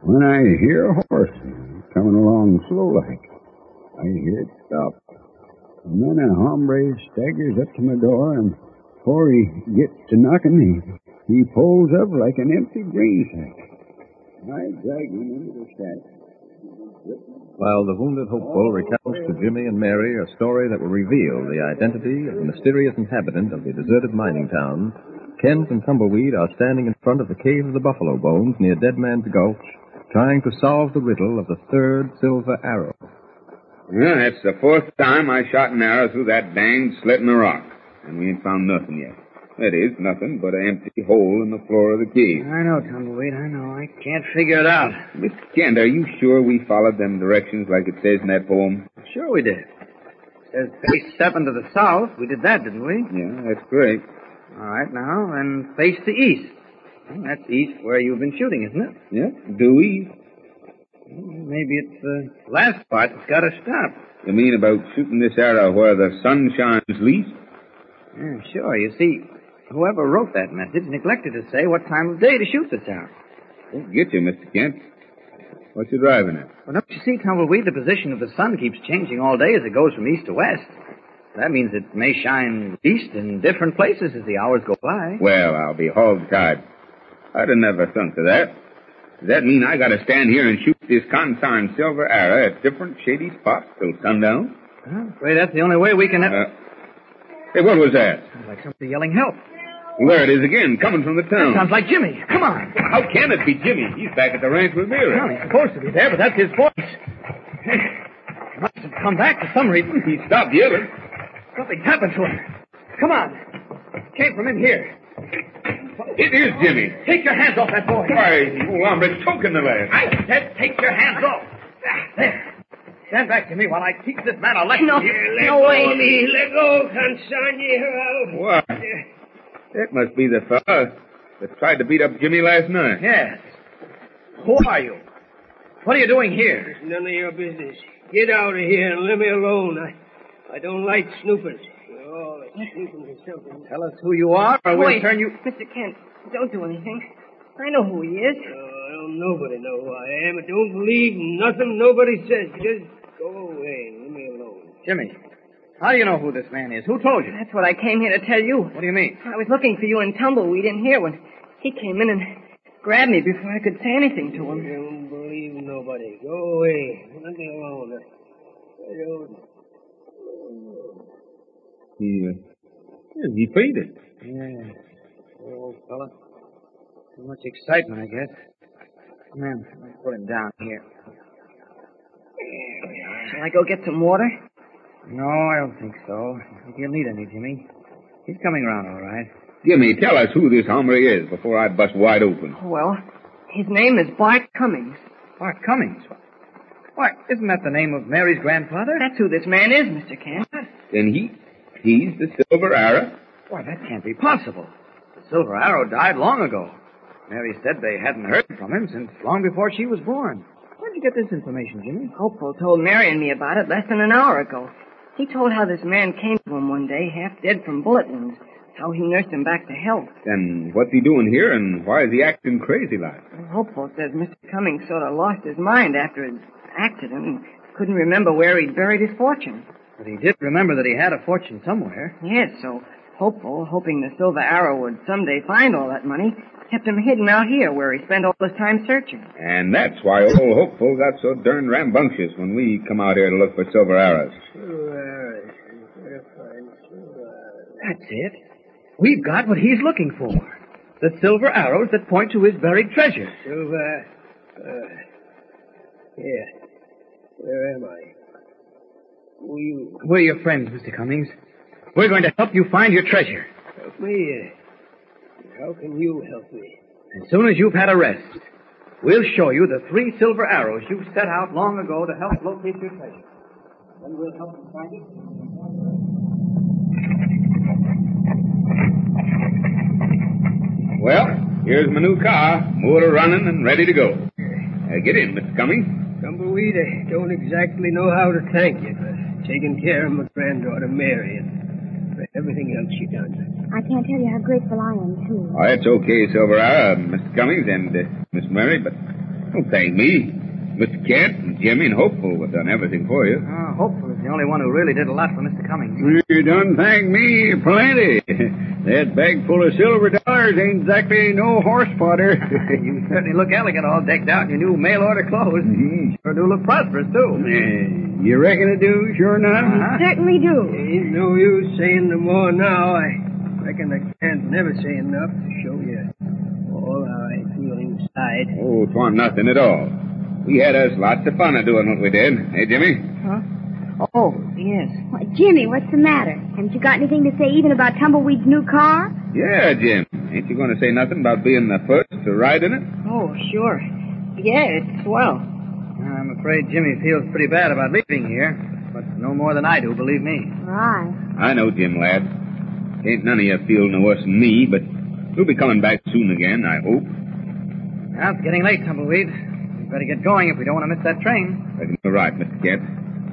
when I hear a horse coming along slow like. I hear it stop. And then a hombre staggers up to my door, and before he gets to knocking, he, he pulls up like an empty grain sack. I drag him into the shack.
While the wounded hopeful recounts to Jimmy and Mary a story that will reveal the identity of the mysterious inhabitant of the deserted mining town, Kent and Tumbleweed are standing in front of the cave of the Buffalo Bones near Dead Man's Gulch, trying to solve the riddle of the third silver arrow.
Well, that's the fourth time I shot an arrow through that danged slit in the rock, and we ain't found nothing yet. That is, nothing but an empty hole in the floor of the cave.
I know, Tumbleweed. I know. I can't figure it out.
Miss Kent, are you sure we followed them directions like it says in that poem?
Sure we did. Says face seven to the south. We did that, didn't we?
Yeah, that's correct.
All right, now, and face the east. Well, that's east where you've been shooting, isn't it?
Yeah, do east.
Well, Maybe it's the last part that's got to stop.
You mean about shooting this arrow where the sun shines least?
Yeah, Mm, sure. You see, whoever wrote that message neglected to say what time of day to shoot this arrow.
Don't get you, Mr. Kent. What you driving at?
Well, don't you see, Tumbleweed, the position of the sun keeps changing all day as it goes from east to west. That means it may shine east in different places as the hours go by.
Well, I'll be hog-tied. I'd have never thunk of that. Does that mean I gotta stand here and shoot this consigned silver arrow at different shady spots till sundown?
Well, Ray, that's the only way we can.
Uh, hey, what was that?
Sounds like somebody yelling help.
Well, there it is again, coming from the town.
That sounds like Jimmy. Come on.
How can it be Jimmy? He's back at the ranch with
Well,
Mira.
he's supposed to be there, but that's his voice. He must have come back for some reason.
He stopped yelling.
Something happened to him. Come on. Came from in here.
It is Jimmy.
Take your hands off that boy.
Why, you hombre's choking the lad.
I said take your hands off. There. Stand back to me while I teach this man a lesson.
No,
Here,
no
go
way.
of me.
Let go, consignee.
Why, that must be the fella that tried to beat up Jimmy last night.
Yes. Who are you? What are you doing here?
It's none of your business. Get out of here and let me alone. I, I don't like snoopers. You're all snooping for something.
Tell us who you are, or we'll
Wait.
turn you.
Mr. Kent, don't do anything. I know who he is. Uh, I don't nobody know who I am. I don't believe nothing nobody says. Just go away and let me alone.
Jimmy, how do you know who this man is? Who told you?
That's what I came here to tell you. What
do you mean?
I was looking for you in Tumbleweed in here when he came in and grabbed me before I could say anything to him.
I don't believe nobody. Go away. Let me alone. I don't.
He, uh, he fainted.
Yeah. Poor old fella. Too much excitement, I guess. Come on, let's put him down here.
Shall I go get some water?
No, I don't think so. I think he'll need any, Jimmy. He's coming around all right.
Jimmy, tell us who this hombre is before I bust wide open.
Well, his name is Bart Cummings.
Bart Cummings? Why, isn't that the name of Mary's grandfather?
That's who this man is, Mr. Kent.
Then he, he's the silver arrow.
Why, that can't be possible. The Silver Arrow died long ago. Mary said they hadn't heard from him since long before she was born. Where'd you get this information, Jimmy?
Hopeful told Mary and me about it less than an hour ago. He told how this man came to him one day, half dead from bullet wounds, how he nursed him back to health.
Then what's he doing here, and why is he acting crazy like?
Hopeful says Mr. Cummings sort of lost his mind after his accident and couldn't remember where he'd buried his fortune.
But he did remember that he had a fortune somewhere.
Yes, so Hopeful, hoping the Silver Arrow would someday find all that money, kept him hidden out here where he spent all his time searching.
And that's why old Hopeful got so darn rambunctious when we come out here to look for silver arrows.
Silver Gotta find Silver
That's it. We've got what he's looking for. The silver arrows that point to his buried treasure.
Silver. Uh, yeah. Where am I? Who you?
We're your friends, Mr. Cummings. We're going to help you find your treasure
Help me. How can you help me?
as soon as you've had a rest.
We'll show you the three silver arrows you set out long ago to help locate your treasure.
Then we'll help you find it.
Well, here's my new car, motor running and ready to go. Uh, get in, Mr. Cummings.
Tumbleweed, I don't exactly know how to thank you for taking care of my granddaughter, Mary, and for everything else you done.
I can't tell you how grateful I am, too.
Oh, that's okay, Silver Hour, uh, Mr. Cummings and uh, Miss Murray, but don't thank me. Mr. Kent and Jimmy and Hopeful have done everything for you.
Uh, Hopeful is the only one who really did a lot for Mr. Cummings.
You done thank me plenty. That bag full of silver dollars ain't exactly no horse fodder.
<laughs> you certainly look elegant all decked out in your new mail order clothes. Sure do look prosperous, too.
You reckon it do, sure enough?
certainly do. Ain't no use saying no more now. I reckon I can't never say enough to show you all how I feel inside.
Oh, 'twa'n't nothing at all. We had us lots of fun a doing what we did. Hey, Jimmy?
Oh, yes. Well, Jimmy, what's the matter? Haven't you got anything to say even about Tumbleweed's new car?
Yeah, Jim. Ain't you going to say nothing about being the first to ride in it?
Oh, sure. Yeah, it's swell.
I'm afraid Jimmy feels pretty bad about leaving here, but no more than I do, believe me.
Right.
I know, Jim, lad. Ain't none of you feel no worse than me, but we'll be coming back soon again, I hope.
Now, it's getting late, Tumbleweed. We better get going if we don't want to miss that train.
Reckon you're right, Mr. Kent.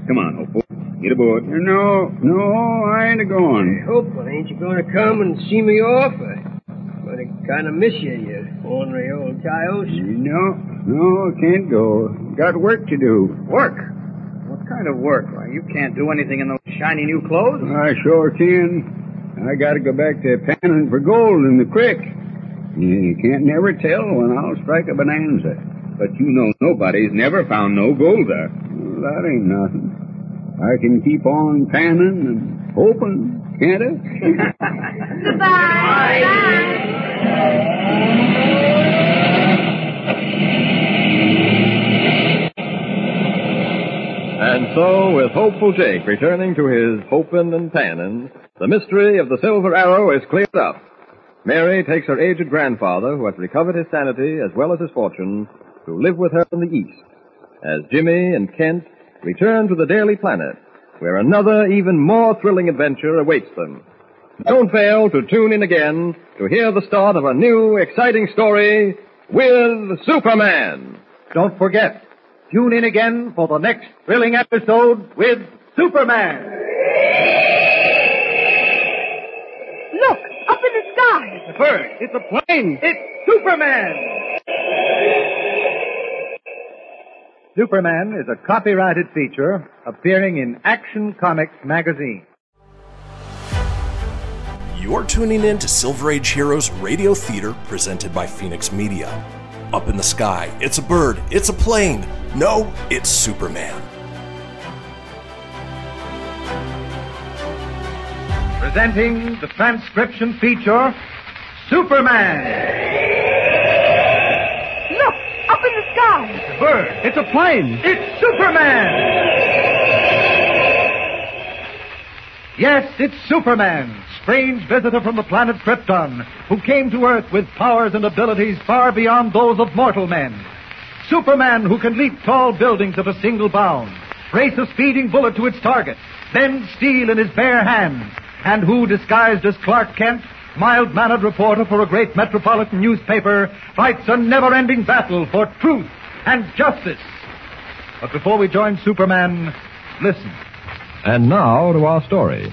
Come on, Hopeful. Get aboard.
No, no, I ain't a going.
Hopeful, ain't you going to come and see me off? I'm going to kind of miss you, you ornery old coyote.
No, no, can't go. Got work to do.
Work? What kind of work? Why, you can't do anything in those shiny new clothes.
I sure can. I gotta go back to panning for gold in the creek. You can't never tell when I'll strike a bonanza.
But you know nobody's never found no gold there.
Well, that ain't nothing. I can keep on panning and hoping, can't I?
<laughs>
And so, with Hopeful Jake returning to his Hopin' and Pannin', the mystery of the Silver Arrow is cleared up. Mary takes her aged grandfather, who has recovered his sanity as well as his fortune, to live with her in the East, as Jimmy and Kent return to the Daily Planet, where another, even more thrilling adventure awaits them. Don't fail to tune in again to hear the start of a new, exciting story with Superman.
Don't forget, tune in again for the next thrilling episode with Superman.
Look, up in the sky.
It's a bird. It's a plane. It's Superman.
Superman is a copyrighted feature appearing in Action Comics magazine.
You're tuning in to Silver Age Heroes Radio Theater presented by Phoenix Media. Up in the sky, it's a bird, it's a plane. No, it's Superman.
Presenting the transcription feature Superman.
Look, up in the sky.
It's a bird. It's a plane. It's Superman. Yes, it's Superman, strange visitor from the planet Krypton, who came to Earth with powers and abilities far beyond those of mortal men. Superman who can leap tall buildings at a single bound, race a speeding bullet to its target, bend steel in his bare hands, and who, disguised as Clark Kent, mild-mannered reporter for a great metropolitan newspaper, fights a never-ending battle for truth and justice. But before we join Superman, listen.
And now to our story.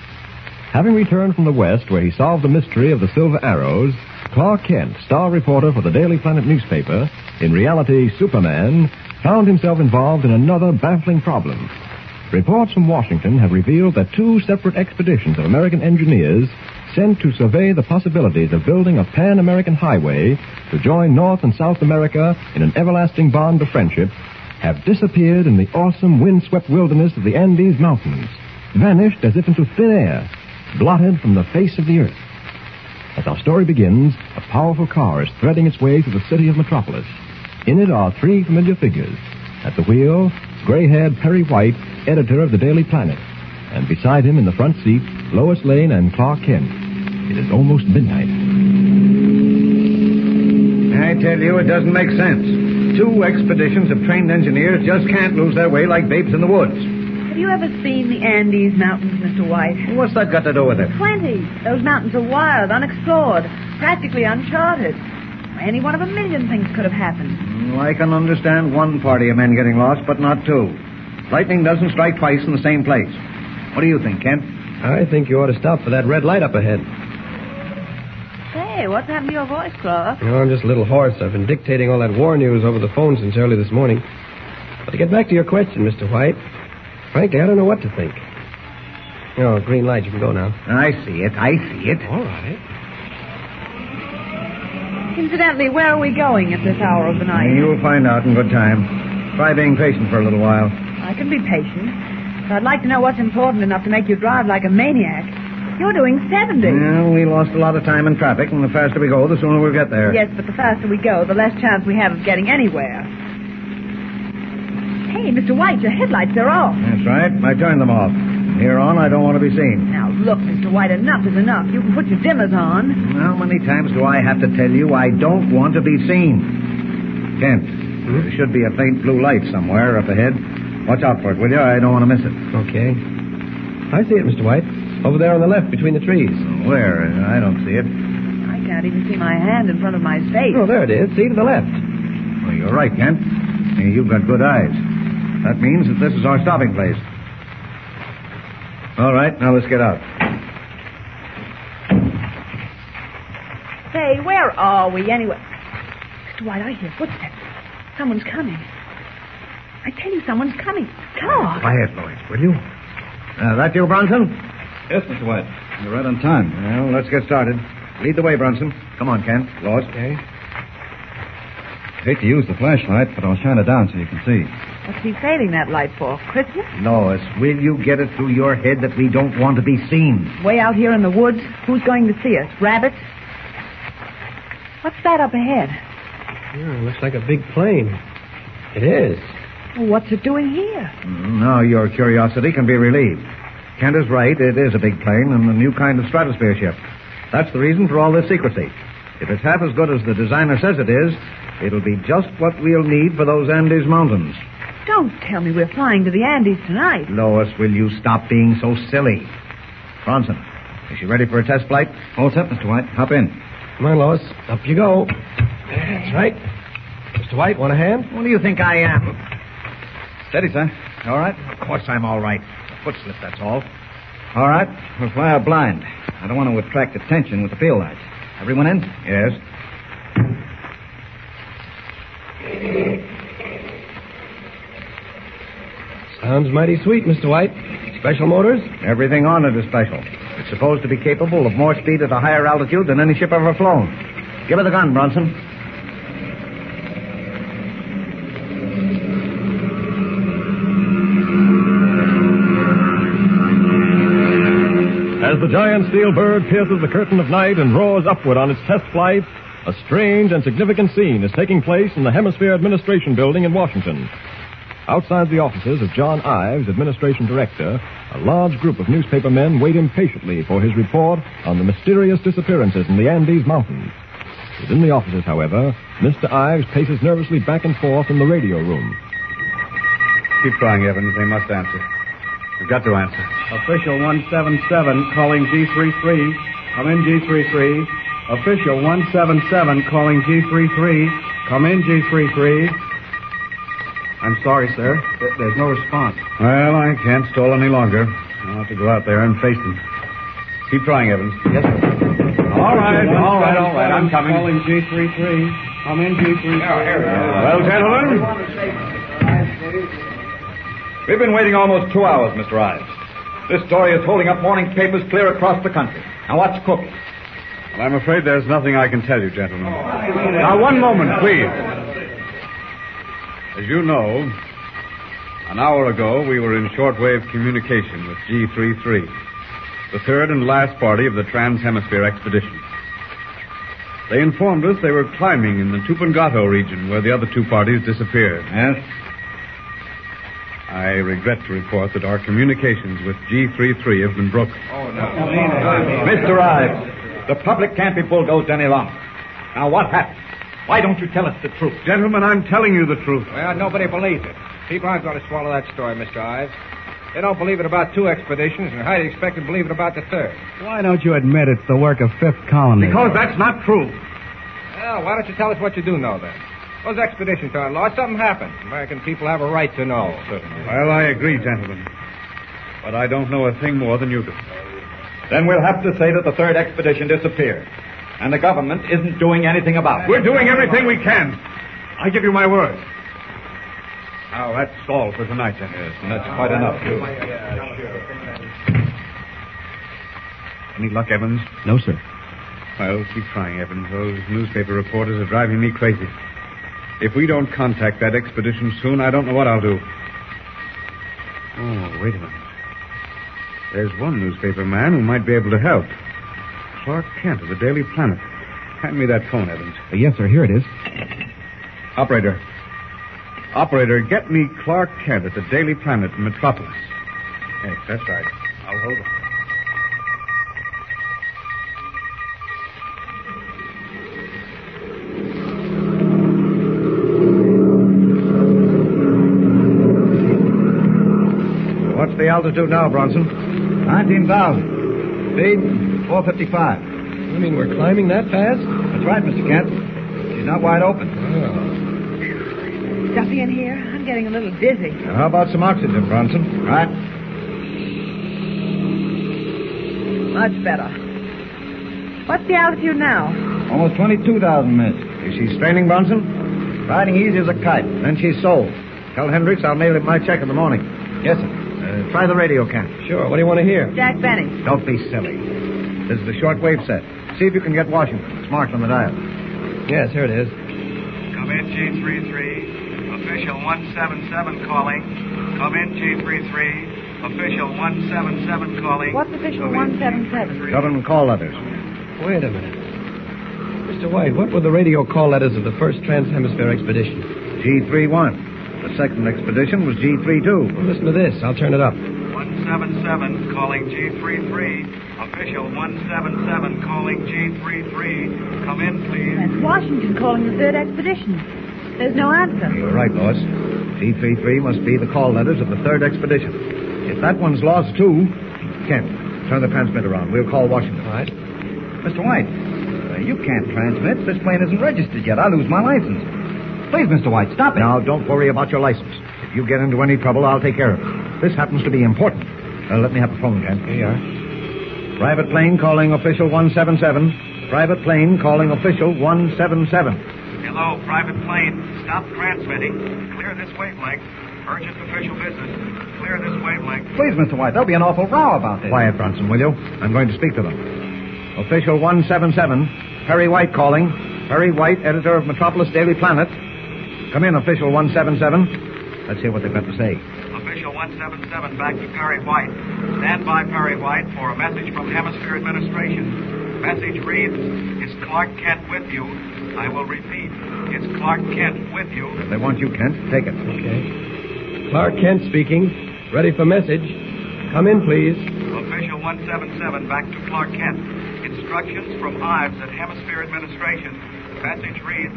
Having returned from the West, where he solved the mystery of the Silver Arrows, Clark Kent, star reporter for the Daily Planet newspaper, in reality Superman, found himself involved in another baffling problem. Reports from Washington have revealed that two separate expeditions of American engineers sent to survey the possibilities of building a pan American highway to join North and South America in an everlasting bond of friendship have disappeared in the awesome windswept wilderness of the Andes Mountains, vanished as if into thin air, blotted from the face of the earth. As our story begins, a powerful car is threading its way through the city of Metropolis. In it are three familiar figures. At the wheel, gray haired Perry White, editor of the Daily Planet. And beside him in the front seat, Lois Lane and Clark Kent. It is almost midnight.
I tell you, it doesn't make sense.
Two expeditions of trained engineers just can't lose their way like babes in the woods.
Have you ever seen the Andes Mountains, Mr. White?
What's that got to do with it?
Plenty. Those mountains are wild, unexplored, practically uncharted. Any one of a million things could have happened.
Well, I can understand one party of men getting lost, but not two. Lightning doesn't strike twice in the same place. What do you think, Kent?
I think you ought to stop for that red light up ahead.
Say, what's happened to your voice, Clara?
You know, I'm just a little hoarse. I've been dictating all that war news over the phone since early this morning. But to get back to your question, Mr. White, frankly, I don't know what to think. Oh, green light, you can go now. Oh,
I see it. I see it. All right.
Incidentally, where are we going at this hour of the night?
You'll find out in good time. Try being patient for a little while.
I can be patient, but I'd like to know what's important enough to make you drive like a maniac. You're doing 70.
Well, we lost a lot of time in traffic, and the faster we go, the sooner we'll get there.
Yes, but the faster we go, the less chance we have of getting anywhere. Hey, Mr. White, your headlights are off.
That's right. I turned them off. From here on, I don't want to be seen.
Now, look, Mr. White, enough is enough. You can put your dimmers on.
How many times do I have to tell you I don't want to be seen? Kent,
Hmm?
there should be a faint blue light somewhere up ahead. Watch out for it, will you? I don't want to miss it.
Okay. I see it, Mr. White. Over there on the left, between the trees.
Where? I don't see it.
I can't even see my hand in front of my face.
Oh, there it is. See to the left.
Well, you're right, Kent. Hey, You've got good eyes. That means that this is our stopping place. All right, now let's get out.
Say, where are we anyway? Mr. White, I hear footsteps. Someone's coming. I tell you, someone's coming. Clark.
Quiet, Lloyd, will you? Uh, that you, Bronson? Yes, Mr. White. You're right on time. Well, let's get started. Lead the way, Bronson. Come on, Kent. Lost. Okay.
Hate to use the flashlight, but I'll shine it down so you can see.
What's he saving that light for? Christmas?
Lois, will you get it through your head that we don't want to be seen?
Way out here in the woods, who's going to see us? Rabbits? What's that up ahead?
Yeah, looks like a big plane. It is.
Well, what's it doing here?
Hmm.
Now your curiosity can be relieved. Kent is right. It is a big plane and a new kind of stratosphere ship. That's the reason for all this secrecy. If it's half as good as the designer says it is, it'll be just what we'll need for those Andes Mountains.
Don't tell me we're flying to the Andes tonight.
Lois, will you stop being so silly? Bronson, is she ready for a test flight? All set, Mr. White. Hop in.
Come on, Lois. Up you go. That's right. Mr. White, want a hand?
What do you think I am? Steady, sir. All right? Of course I'm all right. A foot slip, that's all.
All right, we'll fly her blind. I don't want to attract attention with the field lights. Everyone in?
Yes.
Sounds mighty sweet, Mr. White. Special motors?
Everything on it is special. It's supposed to be capable of more speed at a higher altitude than any ship ever flown. Give her the gun, Bronson.
As the giant steel bird pierces the curtain of night and roars upward on its test flight, a strange and significant scene is taking place in the Hemisphere Administration Building in Washington. Outside the offices of John Ives, Administration Director, a large group of newspaper men wait impatiently for his report on the mysterious disappearances in the Andes Mountains. Within the offices, however, Mr. Ives paces nervously back and forth in the radio room.
Keep trying, Evans. They must answer. They've got to answer.
Official 177 calling G33. Come in, G33. Official 177 calling G33. Come in, G33. I'm sorry, sir. Th- There's no response.
Well, I can't stall any longer. I'll have to go out there and face them. Keep trying, Evans. Yes, sir.
All right,
all right, all right. I'm coming.
Calling G33. Come in, G33.
Well, gentlemen.
We've been waiting almost two hours, Mr. Ives. This story is holding up morning papers clear across the country. Now, what's cooking?
Well, I'm afraid there's nothing I can tell you, gentlemen. Now, one moment, please. As you know, an hour ago we were in shortwave communication with G33, the third and last party of the Trans Hemisphere expedition. They informed us they were climbing in the Tupungato region where the other two parties disappeared. Yes? I regret to report that our communications with G33 have been broken.
Oh,
Mr. Ives, the public can't be bulldozed any longer. Now, what happened?
Why don't you tell us the truth? Gentlemen, I'm telling you the truth.
Well, nobody believes it. People aren't going to swallow that story, Mr. Ives. They don't believe it about two expeditions, and highly expect to believe it about the third.
Why don't you admit it's the work of Fifth Colony?
Because that's not true.
Well, why don't you tell us what you do know, then? Those expeditions aren't lost. Something happened. American people have a right to know.
Well, I agree, gentlemen. But I don't know a thing more than you do. Then we'll have to say that the third expedition disappeared. And the government isn't doing anything about it. We're doing everything we can. I give you my word. Now, that's all for tonight, then. Yes, and that's quite enough. Any luck, Evans?
No, sir.
Well, keep trying, Evans. Those newspaper reporters are driving me crazy. If we don't contact that expedition soon, I don't know what I'll do. Oh, wait a minute. There's one newspaper man who might be able to help. Clark Kent of the Daily Planet. Hand me that phone, Evans.
Uh,
yes, sir. Here it is.
Operator. Operator, get me Clark Kent at the Daily Planet in Metropolis. Yes, that's right. I'll hold on.
What's the altitude now, Bronson?
19,000. Speed, 455. You mean we're climbing that fast? That's right, Mr. Kent. She's not wide open.
Stuffy in here? I'm getting a little dizzy.
Now, how about some oxygen, Bronson? Right.
Much better. What's the altitude now?
Almost 22,000 minutes.
Is she straining, Bronson? Riding easy as a kite. Then she's sold. Tell Hendricks I'll mail him my check in the morning. Yes, sir. Uh, try the radio, Kent.
Sure. What do you want to hear?
Jack Benny.
Don't be silly. This is the shortwave set. See if you can get Washington. It's marked on the dial.
Yes, here it is.
Come in, G33. Official 177 calling. Come in, G33. Official 177 calling.
What's official 177?
Government call letters.
Wait a minute. Mr. White, what were the radio call letters of the first transhemispheric expedition?
G31. The second expedition was G32.
Well, listen to this. I'll turn it up.
177 calling G33. Official 177 calling G33. Come in, please.
That's Washington calling the third expedition. There's no answer.
You're right, Lois. G33 must be the call letters of the third expedition. If that one's lost, too, Kent, turn the transmitter on. We'll call Washington. All right.
Mr. White, uh, you can't transmit. This plane isn't registered yet. I'll lose my license. Please, Mr. White, stop it.
Now, don't worry about your license. If you get into any trouble, I'll take care of it. This happens to be important. Uh, let me have the phone, Kent.
Here you are.
Private plane calling official 177. Private plane calling official 177.
Hello, private plane. Stop transmitting. Clear this wavelength. Urgent official business. Clear this wavelength.
Please, Mr. White, there'll be an awful row about this.
Quiet, Bronson, will you? I'm going to speak to them. Official 177, Perry White calling. Perry White, editor of Metropolis Daily Planet. Come in, official 177. Let's hear what they've got to say.
Official 177 back to Perry White. Stand by, Perry White, for a message from Hemisphere Administration. Message reads, It's Clark Kent with you. I will repeat, it's Clark Kent with you.
If they want you, Kent, take it.
Okay. Clark Kent speaking. Ready for message. Come in, please.
Official 177 back to Clark Kent. Instructions from Ives at Hemisphere Administration. Message reads,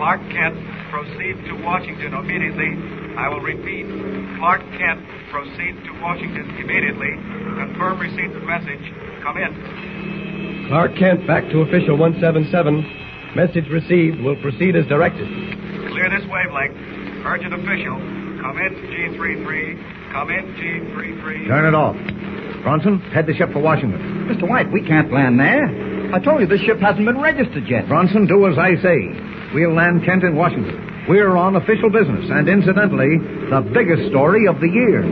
Clark Kent, proceed to Washington immediately. I will repeat, Clark Kent, proceed to Washington immediately. Confirm receipt of message. Come in.
Clark Kent back to official 177. Message received. Will proceed as directed.
Clear this wavelength. Urgent official. Come in, G33. Come in, G33.
Turn it off. Bronson, head the ship for Washington.
Mr. White, we can't land there. I told you this ship hasn't been registered yet.
Bronson, do as I say. We'll land Kent in Washington. We're on official business, and incidentally, the biggest story of the year.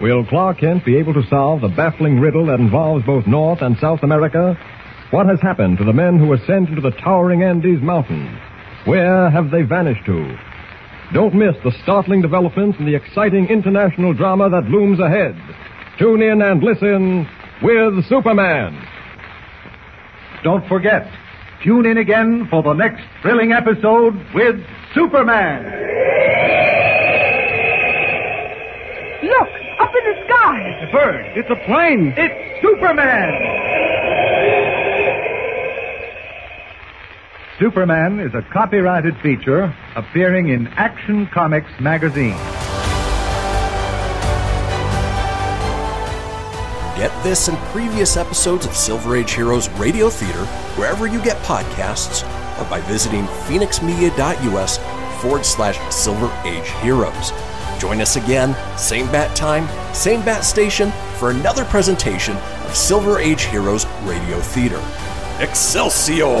Will Clark Kent be able to solve the baffling riddle that involves both North and South America? What has happened to the men who were sent into the towering Andes Mountains? Where have they vanished to? Don't miss the startling developments in the exciting international drama that looms ahead. Tune in and listen with Superman.
Don't forget, tune in again for the next thrilling episode with Superman.
Look, Up in the sky.
It's a bird. It's a plane. It's Superman. Superman is a copyrighted feature appearing in Action Comics magazine.
Get this and previous episodes of Silver Age Heroes Radio Theater wherever you get podcasts or by visiting phoenixmedia.us forward slash Silver Age Heroes. Join us again, same bat time, same bat station, for another presentation of Silver Age Heroes Radio Theater. Excelsior!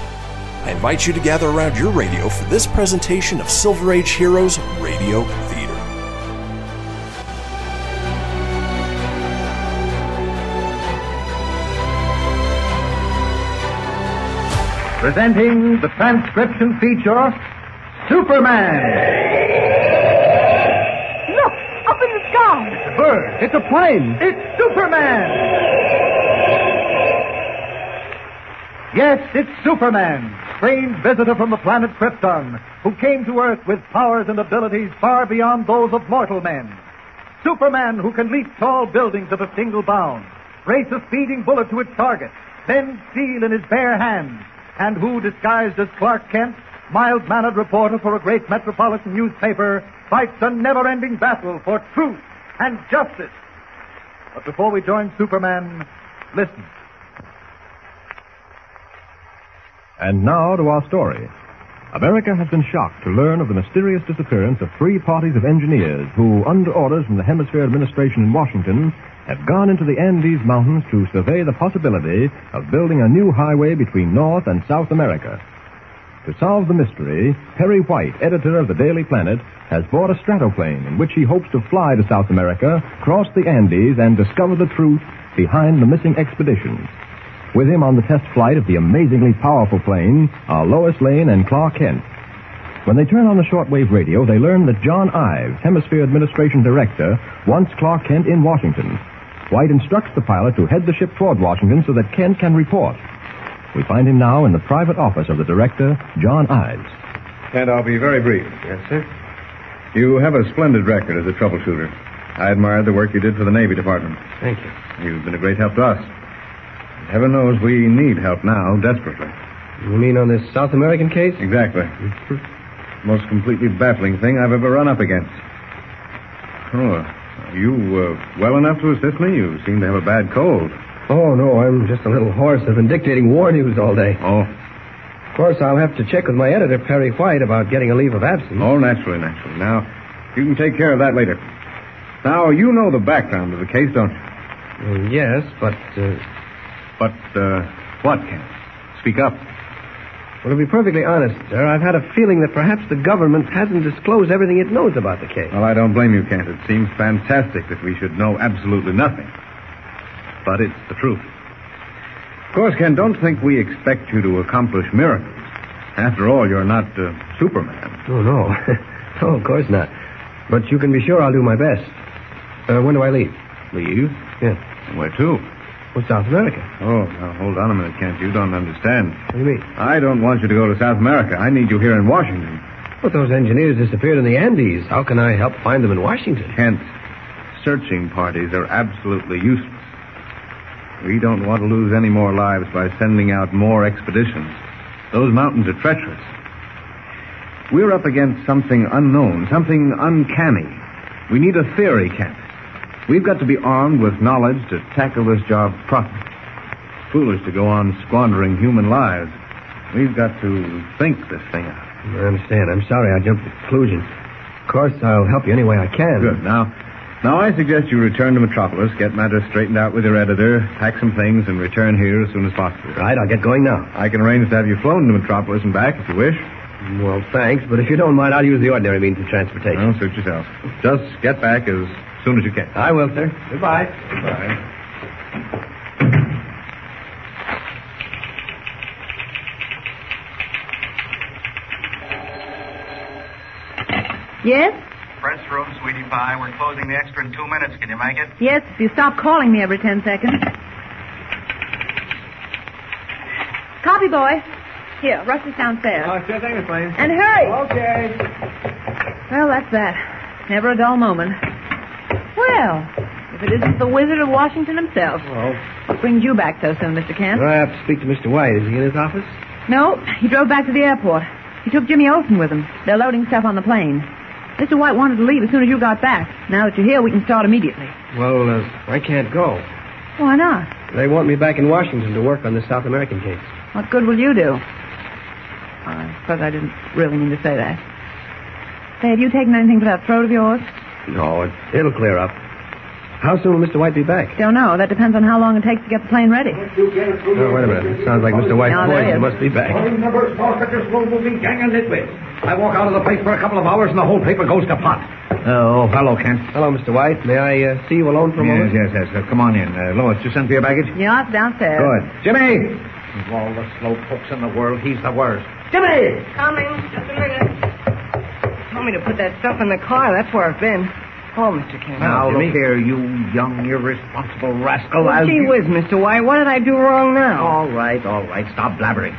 I invite you to gather around your radio for this presentation of Silver Age Heroes Radio Theater.
Presenting the transcription feature Superman.
Look, up in the sky.
It's a bird. It's a plane. It's Superman.
Yes, it's Superman, strange visitor from the planet Krypton, who came to Earth with powers and abilities far beyond those of mortal men. Superman who can leap tall buildings at a single bound, race a speeding bullet to its target, bend steel in his bare hands, and who, disguised as Clark Kent, mild-mannered reporter for a great metropolitan newspaper, fights a never-ending battle for truth and justice. But before we join Superman, listen.
And now to our story. America has been shocked to learn of the mysterious disappearance of three parties of engineers who, under orders from the Hemisphere Administration in Washington, have gone into the Andes Mountains to survey the possibility of building a new highway between North and South America. To solve the mystery, Perry White, editor of the Daily Planet, has bought a stratoplane in which he hopes to fly to South America, cross the Andes, and discover the truth behind the missing expeditions. With him on the test flight of the amazingly powerful plane are Lois Lane and Clark Kent. When they turn on the shortwave radio, they learn that John Ives, Hemisphere Administration Director, wants Clark Kent in Washington. White instructs the pilot to head the ship toward Washington so that Kent can report. We find him now in the private office of the director, John Ives.
And I'll be very brief. Yes, sir. You have a splendid record as a troubleshooter. I admired the work you did for the Navy Department.
Thank you.
You've been a great help to us. Heaven knows we need help now, desperately.
You mean on this South American case? <laughs>
Exactly. Most completely baffling thing I've ever run up against. Oh, are you uh, well enough to assist me? You seem to have a bad cold.
Oh, no, I'm just a little hoarse. I've been dictating war news all day.
Oh.
Of course, I'll have to check with my editor, Perry White, about getting a leave of absence.
Oh, naturally, naturally. Now, you can take care of that later. Now, you know the background of the case, don't you?
yes, but. Uh...
But, uh, what, Kent? Speak up.
Well, to be perfectly honest, sir, I've had a feeling that perhaps the government hasn't disclosed everything it knows about the case.
Well, I don't blame you, Kent. It seems fantastic that we should know absolutely nothing. But it's the truth. Of course, Kent, don't think we expect you to accomplish miracles. After all, you're not uh, Superman.
Oh, <laughs> no. no, Oh, of course not. But you can be sure I'll do my best. Uh, when do I leave?
Leave?
Yes.
Where to?
Well, South America.
Oh, now hold on a minute, Kent. You don't understand.
What do you mean?
I don't want you to go to South America. I need you here in Washington.
But those engineers disappeared in the Andes. How can I help find them in Washington?
Kent, searching parties are absolutely useless. We don't want to lose any more lives by sending out more expeditions. Those mountains are treacherous. We're up against something unknown, something uncanny. We need a theory, Kent. We've got to be armed with knowledge to tackle this job properly.
foolish to go on squandering human lives. We've got to think this thing out.
I understand. I'm sorry I jumped to conclusions. Of course, I'll help you any way I can.
Good. Now, now I suggest you return to Metropolis, get matters straightened out with your editor, pack some things, and return here as soon as possible.
Right, I'll get going now.
I can arrange to have you flown to Metropolis and back if you wish.
Well, thanks, but if you don't mind, I'll use the ordinary means of transportation.
Well, suit yourself. Just get back as soon as you can.
I will, sir.
Goodbye. Goodbye.
Yes?
Press room, sweetie pie. We're closing the extra in two minutes. Can you make it?
Yes, if you stop calling me every ten seconds. Copy, boy. Here, rush this downstairs.
Oh, sure thing, Miss Lane.
And hurry.
Okay.
Well, that's that. Never a dull moment. Well, if it isn't the Wizard of Washington himself.
Well,
What brings you back so soon, Mr. Kent?
I have to speak to Mr. White. Is he in his office?
No, he drove back to the airport. He took Jimmy Olsen with him. They're loading stuff on the plane. Mr. White wanted to leave as soon as you got back. Now that you're here, we can start immediately.
Well, uh, I can't go.
Why not?
They want me back in Washington to work on this South American case.
What good will you do? I suppose I didn't really mean to say that. Say, have you taken anything for that throat of yours?
No, it, it'll clear up. How soon will Mr. White be back?
Don't know. That depends on how long it takes to get the plane ready.
Oh, wait a minute. It sounds like Mr. White's
Oh,
No, there
poison
is.
must be back.
Phone number, small suckers, slow-moving gang of nitwits. I walk out of the place for a couple of hours and the whole paper goes to pot. Oh, hello, Kent.
Hello, Mr. White. May I uh, see you alone for a moment?
Yes, yes, yes. Uh, come on in. Uh, Lois, you sent for your baggage?
Yeah, it's downstairs.
Good. Jimmy! Of all the slow pokes in the world, he's the worst.
Jimmy! Coming. Just a minute. Told me to put that stuff in the car. That's where I've been. Oh, Mr. Kent.
Now, look here, you young, irresponsible
Oh,
rascal.
Well,
I'll
gee
give-
whiz, Mr. White. What did I do wrong now?
All right, all right. Stop blabbering.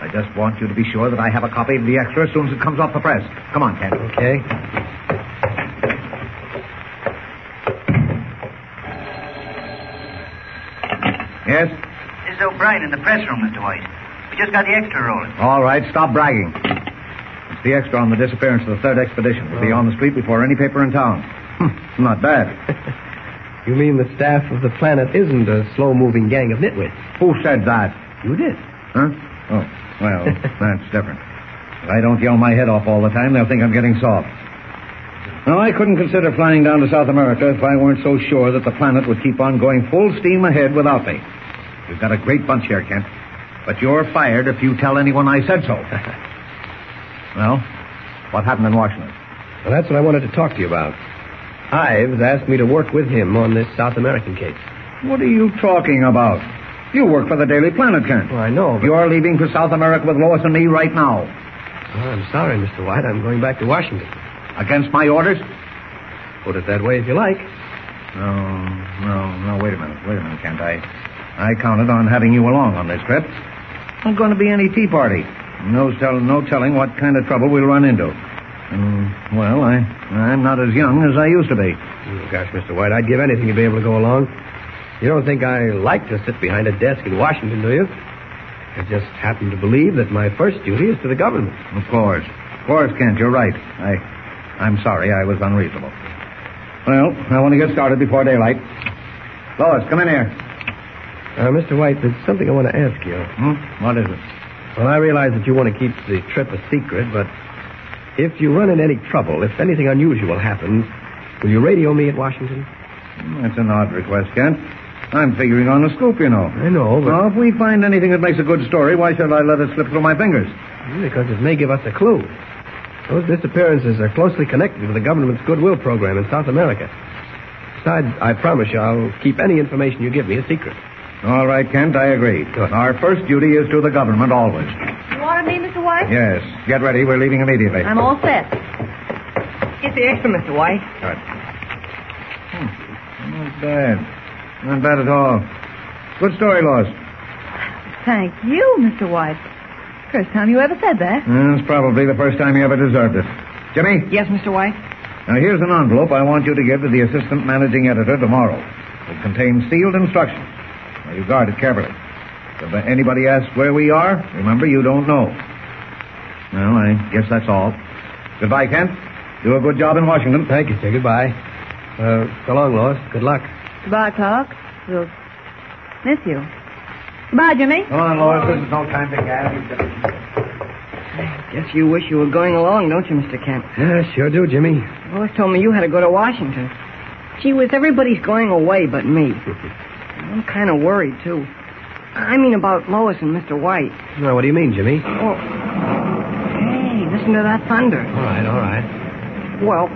I just want you to be sure that I have a copy of the extra as soon as it comes off the press. Come on, Kent.
Okay.
Yes?
This is O'Brien in the press room, Mr. White. We just got the extra rolling.
All right, stop bragging. It's the extra on the disappearance of the third expedition. It'll
Oh.
be on the street before any paper in town. Hmm, Not bad.
<laughs> You mean the staff of the planet isn't a slow-moving gang of nitwits?
Who said that?
You did.
Huh? Oh,
<laughs>
well, that's different. If I don't yell my head off all the time, they'll think I'm getting soft. Now, I couldn't consider flying down to South America if I weren't so sure that the planet would keep on going full steam ahead without me. We've got a great bunch here, Kent. But you're fired if you tell anyone I said
<laughs>
so. well, what happened in Washington?
Well, that's what I wanted to talk to you about. Ives asked me to work with him on this South American case.
What are you talking about? You work for the Daily Planet, Kent.
Well, I know, but...
You're leaving for South America with Lois and me right now. Oh,
Well, I'm sorry, Mr. White. I'm going back to Washington.
Against my orders?
Put it that way if you like.
No, no, no, wait a minute. Wait a minute, Kent. I, I counted on having you along on this trip. Not going to be any tea party. No, tell, no telling what kind of trouble we'll run into. Mm, well, I, I'm not as young as I used to be.
Oh, gosh, Mr. White, I'd give anything to be able to go along. You don't think I like to sit behind a desk in Washington, do you? I just happen to believe that my first duty is to the government.
Of course. Of course, Kent, you're right. I, I'm sorry I was unreasonable. Well, I want to get started before daylight. Lois, come in here.
Uh, Mr. White, there's something I want to ask you.
Hmm? What is it?
Well, I realize that you want to keep the trip a secret, but if you run into any trouble, if anything unusual happens, will you radio me at Washington?
Hmm, That's an odd request, Kent. I'm figuring on a scoop, you know.
I know, but
Well, if we find anything that makes a good story, why should I let it slip through my fingers?
because it may give us a clue. Those disappearances are closely connected with the government's goodwill program in South America. Besides, I promise you I'll keep any information you give me a secret.
All right, Kent, I agree. Our first duty is to the government always.
You wanted me, Mr. White?
Yes. Get ready. We're leaving immediately.
I'm all set.
Get the extra, Mr. White.
All right. Hmm. Not bad. Not bad at all. Good story, Lois.
Thank you, Mr. White. First time you ever said that.
That's Mm, probably the first time you ever deserved it. Jimmy?
Yes, Mr. White?
Now, here's an envelope I want you to give to the assistant managing editor tomorrow. It contains sealed instructions. Now, you guard it carefully. If anybody asks where we are, remember you don't know. Well, I guess that's all. Goodbye, Kent. Do a good job in Washington.
Thank you, sir. Goodbye. Uh, so long, Lois. Good luck.
Goodbye, Clark. We'll miss you. Bye, Jimmy.
Come on, Lois. This is no time to gab.
Guess you wish you were going along, don't you, Mr. Kent?
Yeah, sure do, Jimmy.
Lois told me you had to go to Washington. Gee whiz, everybody's going away
<laughs>
but me. I'm kind of worried, too. I mean about Lois and Mr. White.
Now, what do you mean, Jimmy?
Oh. Hey, listen to that thunder.
All right, all right.
Well,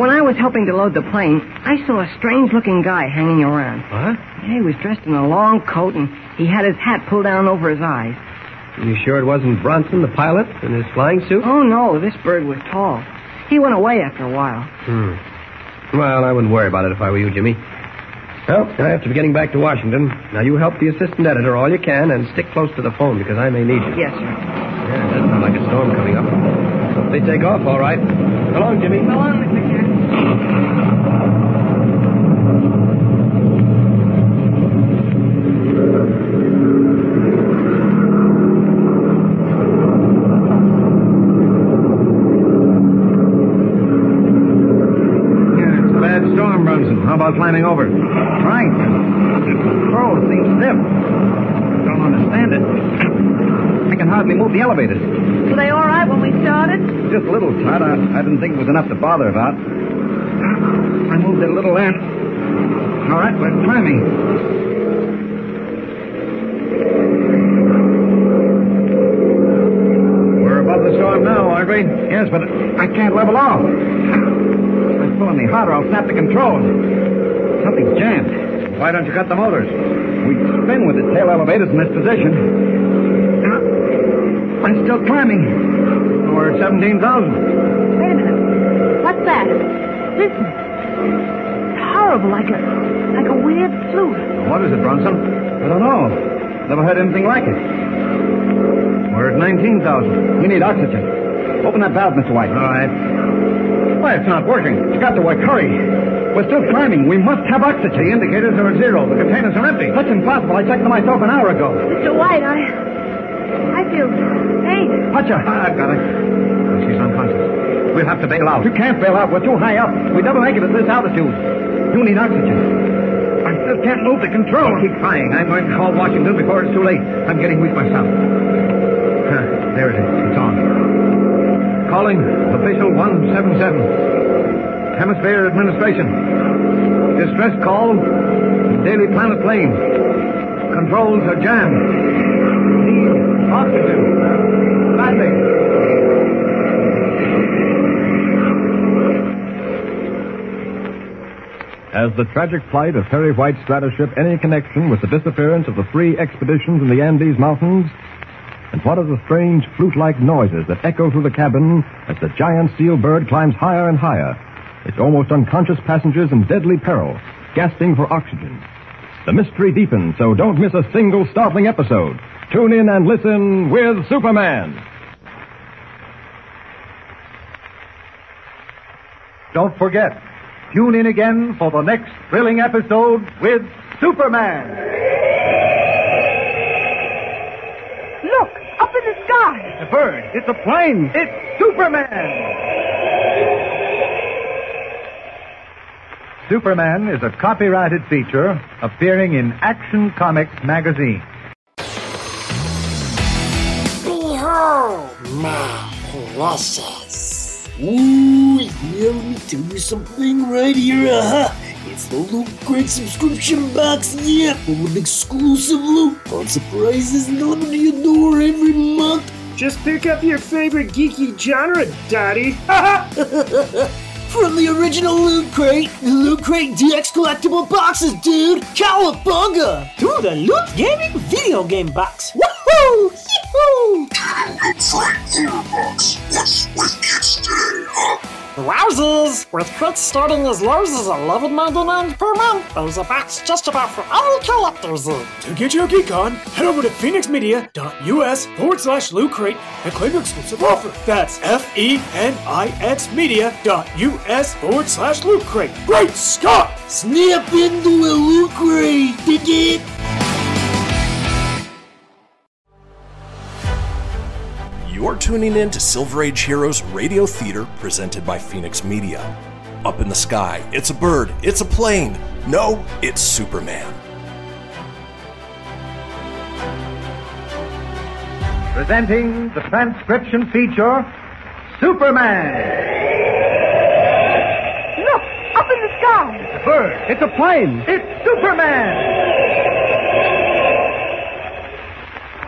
when I was helping to load the plane, I saw a strange looking guy hanging around.
What?
Yeah, he was dressed in a long coat and he had his hat pulled down over his eyes.
You sure it wasn't Bronson, the pilot, in his flying suit?
Oh, no, this bird was tall. He went away after a while.
Hmm. Well, I wouldn't worry about it if I were you, Jimmy. Well, I have to be getting back to Washington. Now, you help the assistant editor all you can and stick close to the phone because I may need you.
Yes, sir.
Yeah, it does sound like a storm coming up. Hope They take off, all right. So long, Jimmy. So
long, Mr.
Yeah, it's a bad storm, Brunson. How about climbing over? Right. Oh, the thing's stiff. Don't understand it. I can hardly move the elevator.
Were they all right when we started?
Just a little, Todd. I, I didn't think it was enough to bother about. I moved it a little there. All right, we're climbing. We're above the storm now, aren't we? Yes, but I can't level off. If I pull any harder, I'll snap the controls. Something's jammed. Why don't you cut the motors? We'd spin with the tail elevators in this position. Now, I'm still climbing. We're at 17,000.
Wait a minute. What's that? Listen. It's horrible, like a like a weird flute.
What is it, Bronson? I don't know. Never heard anything like it. We're at 19,000. We need oxygen. Open that valve, Mr. White. All right. Why, it's not working. It's got to work. Hurry. We're still climbing. We must have oxygen. The indicators are at zero. The containers are empty. That's impossible. I checked them myself an hour ago.
Mr. White, I I feel faint.
Hutcha. Ah, I've got her. She's unconscious. We'll have to bail out. You can't bail out. We're too high up. We'd never make it at this altitude. You need oxygen. I still can't move the control. keep trying. I'm going to call Washington before it's too late. I'm getting weak myself. Huh, there it is. It's on. Calling official 177. Hemisphere Administration. Distress call. Daily Planet plane. Controls are jammed. Need oxygen. Badly.
Has the tragic plight of Harry White's stratoship any connection with the disappearance of the three expeditions in the Andes Mountains? And what are the strange flute-like noises that echo through the cabin as the giant steel bird climbs higher and higher, its almost unconscious passengers in deadly peril, gasping for oxygen? The mystery deepens, so don't miss a single startling episode. Tune in and listen with Superman.
Don't forget, tune in again for the next thrilling episode with Superman.
Look, up in the sky.
A bird. It's a plane. It's Superman. Superman is a copyrighted feature appearing in Action Comics magazine.
Behold my process. Ooh, yeah, let me do something right here. Aha! It's the Loot Crate subscription box, yeah, full of exclusive loot, fun surprises delivered to your door every month. Just pick up your favorite geeky genre, Daddy. <laughs>
From the original Loot Crate, the Loot Crate DX collectible boxes, dude! Cowabunga! To the Loot Gaming video game box! Woohoo! Yee-hoo! Wowzers! With crates starting as low as $11.99 per month, there's a box just about for all collectors. To get your geek on, head over to phoenixmedia.us forward slash loot crate and claim your exclusive offer. That's F E N I X media.us forward slash loot crate. Great Scott!
Snap into a e loot crate, dig it?
You're tuning in to Silver Age Heroes Radio Theater presented by Phoenix Media. Up in the sky, it's a bird, it's a plane. No, it's Superman.
presenting the transcription feature Superman.
Look, up in the sky.
It's a bird. It's a plane. It's Superman.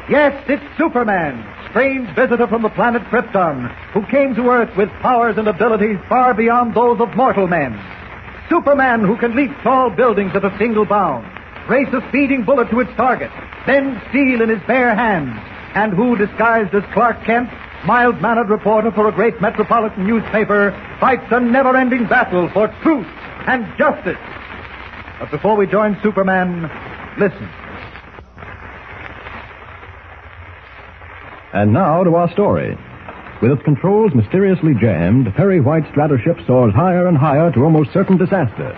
Yes, it's Superman, strange visitor from the planet Krypton, who came to Earth with powers and abilities far beyond those of mortal men. Superman who can leap tall buildings at a single bound, race a speeding bullet to its target, bend steel in his bare hands, and who, disguised as Clark Kent, mild-mannered reporter for a great metropolitan newspaper, fights a never-ending battle for truth and justice. But before we join Superman, listen.
And now to our story. With its controls mysteriously jammed, Perry White's stratoship soars higher and higher to almost certain disaster.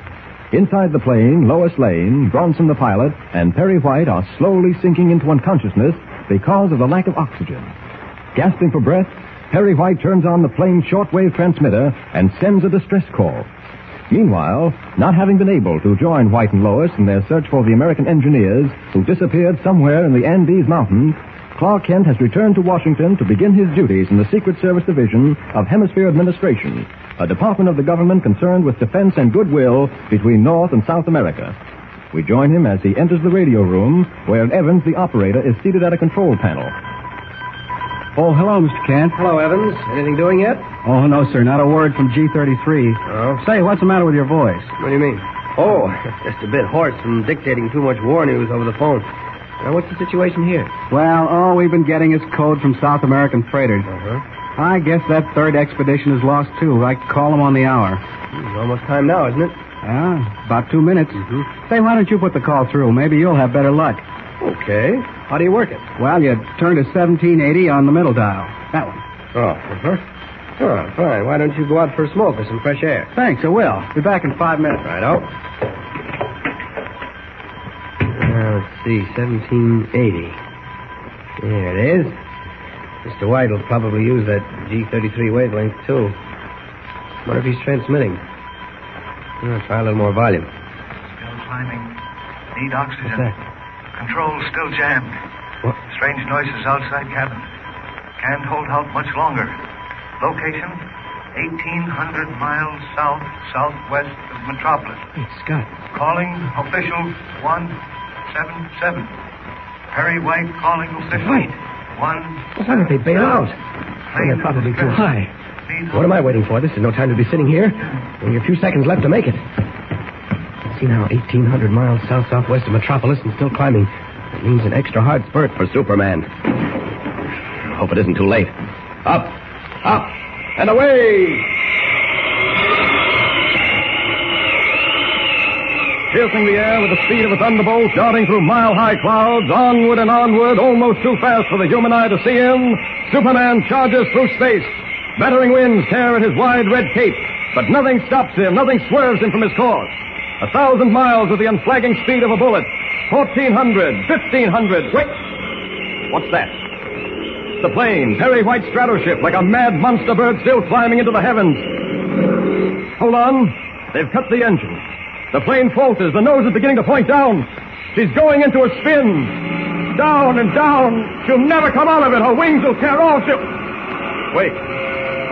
Inside the plane, Lois Lane, Bronson the pilot, and Perry White are slowly sinking into unconsciousness because of the lack of oxygen. Gasping for breath, Perry White turns on the plane's shortwave transmitter and sends a distress call. Meanwhile, not having been able to join White and Lois in their search for the American engineers who disappeared somewhere in the Andes Mountains, Clark Kent has returned to Washington to begin his duties in the Secret Service Division of Hemisphere Administration, a department of the government concerned with defense and goodwill between North and South America. We join him as he enters the radio room where Evans, the operator, is seated at a control panel.
Oh, hello, Mr. Kent.
Hello, Evans. Anything doing yet?
Oh, no, sir. Not a word from G33.
Oh?
Say, what's the matter with your voice?
What do you mean? Oh, <laughs> just a bit hoarse from dictating too much war news over the phone. Now, what's the situation here?
Well, all we've been getting is code from South American freighters.
Uh-huh.
I guess that third expedition is lost, too. I call them on the hour.
It's Hmm, almost time now, isn't it? Mm-hmm.
Yeah, about two minutes. Say, why don't you put the call through? Maybe you'll have better luck.
Okay. How do you work it?
Well, you turn to 1780 on the middle dial. That one.
Oh, uh-huh. Oh, fine. Why don't you go out for a smoke or some fresh air?
Thanks, I will. Be back in five minutes.
Right, oh. Now, Uh, let's see, 1780. There it is. Mr. White will probably use that G33 wavelength, too. What if he's transmitting? I'll try a little more volume.
Still climbing. Need oxygen.
What's that?
Control still jammed.
What?
Strange noises outside cabin. Can't hold out much longer. Location 1,800 miles south southwest of Metropolis.
Hey, Scott.
Calling official 177. Perry White calling official.
White.
One.
Why don't they bail out? They're probably too high. What am I waiting for? This is no time to be sitting here. Only a few seconds left to make it. See now, 1,800 miles south southwest of Metropolis and still climbing. That means an extra hard spurt for Superman. Hope it isn't too late. Up, up, and away!
Piercing the air with the speed of a thunderbolt, darting through mile-high clouds, onward and onward, almost too fast for the human eye to see him, Superman charges through space. Battering winds tear at his wide red cape, but nothing stops him, nothing swerves him from his course. A thousand miles with the unflagging speed of a bullet. 1,400, 1,500, wait! What's that? The plane, Perry White's stratoship, like a mad monster bird still climbing into the heavens. Hold on. They've cut the engine. The plane falters. The nose is beginning to point down. She's going into a spin. Down and down. She'll never come out of it. Her wings will tear off. She'll... Wait.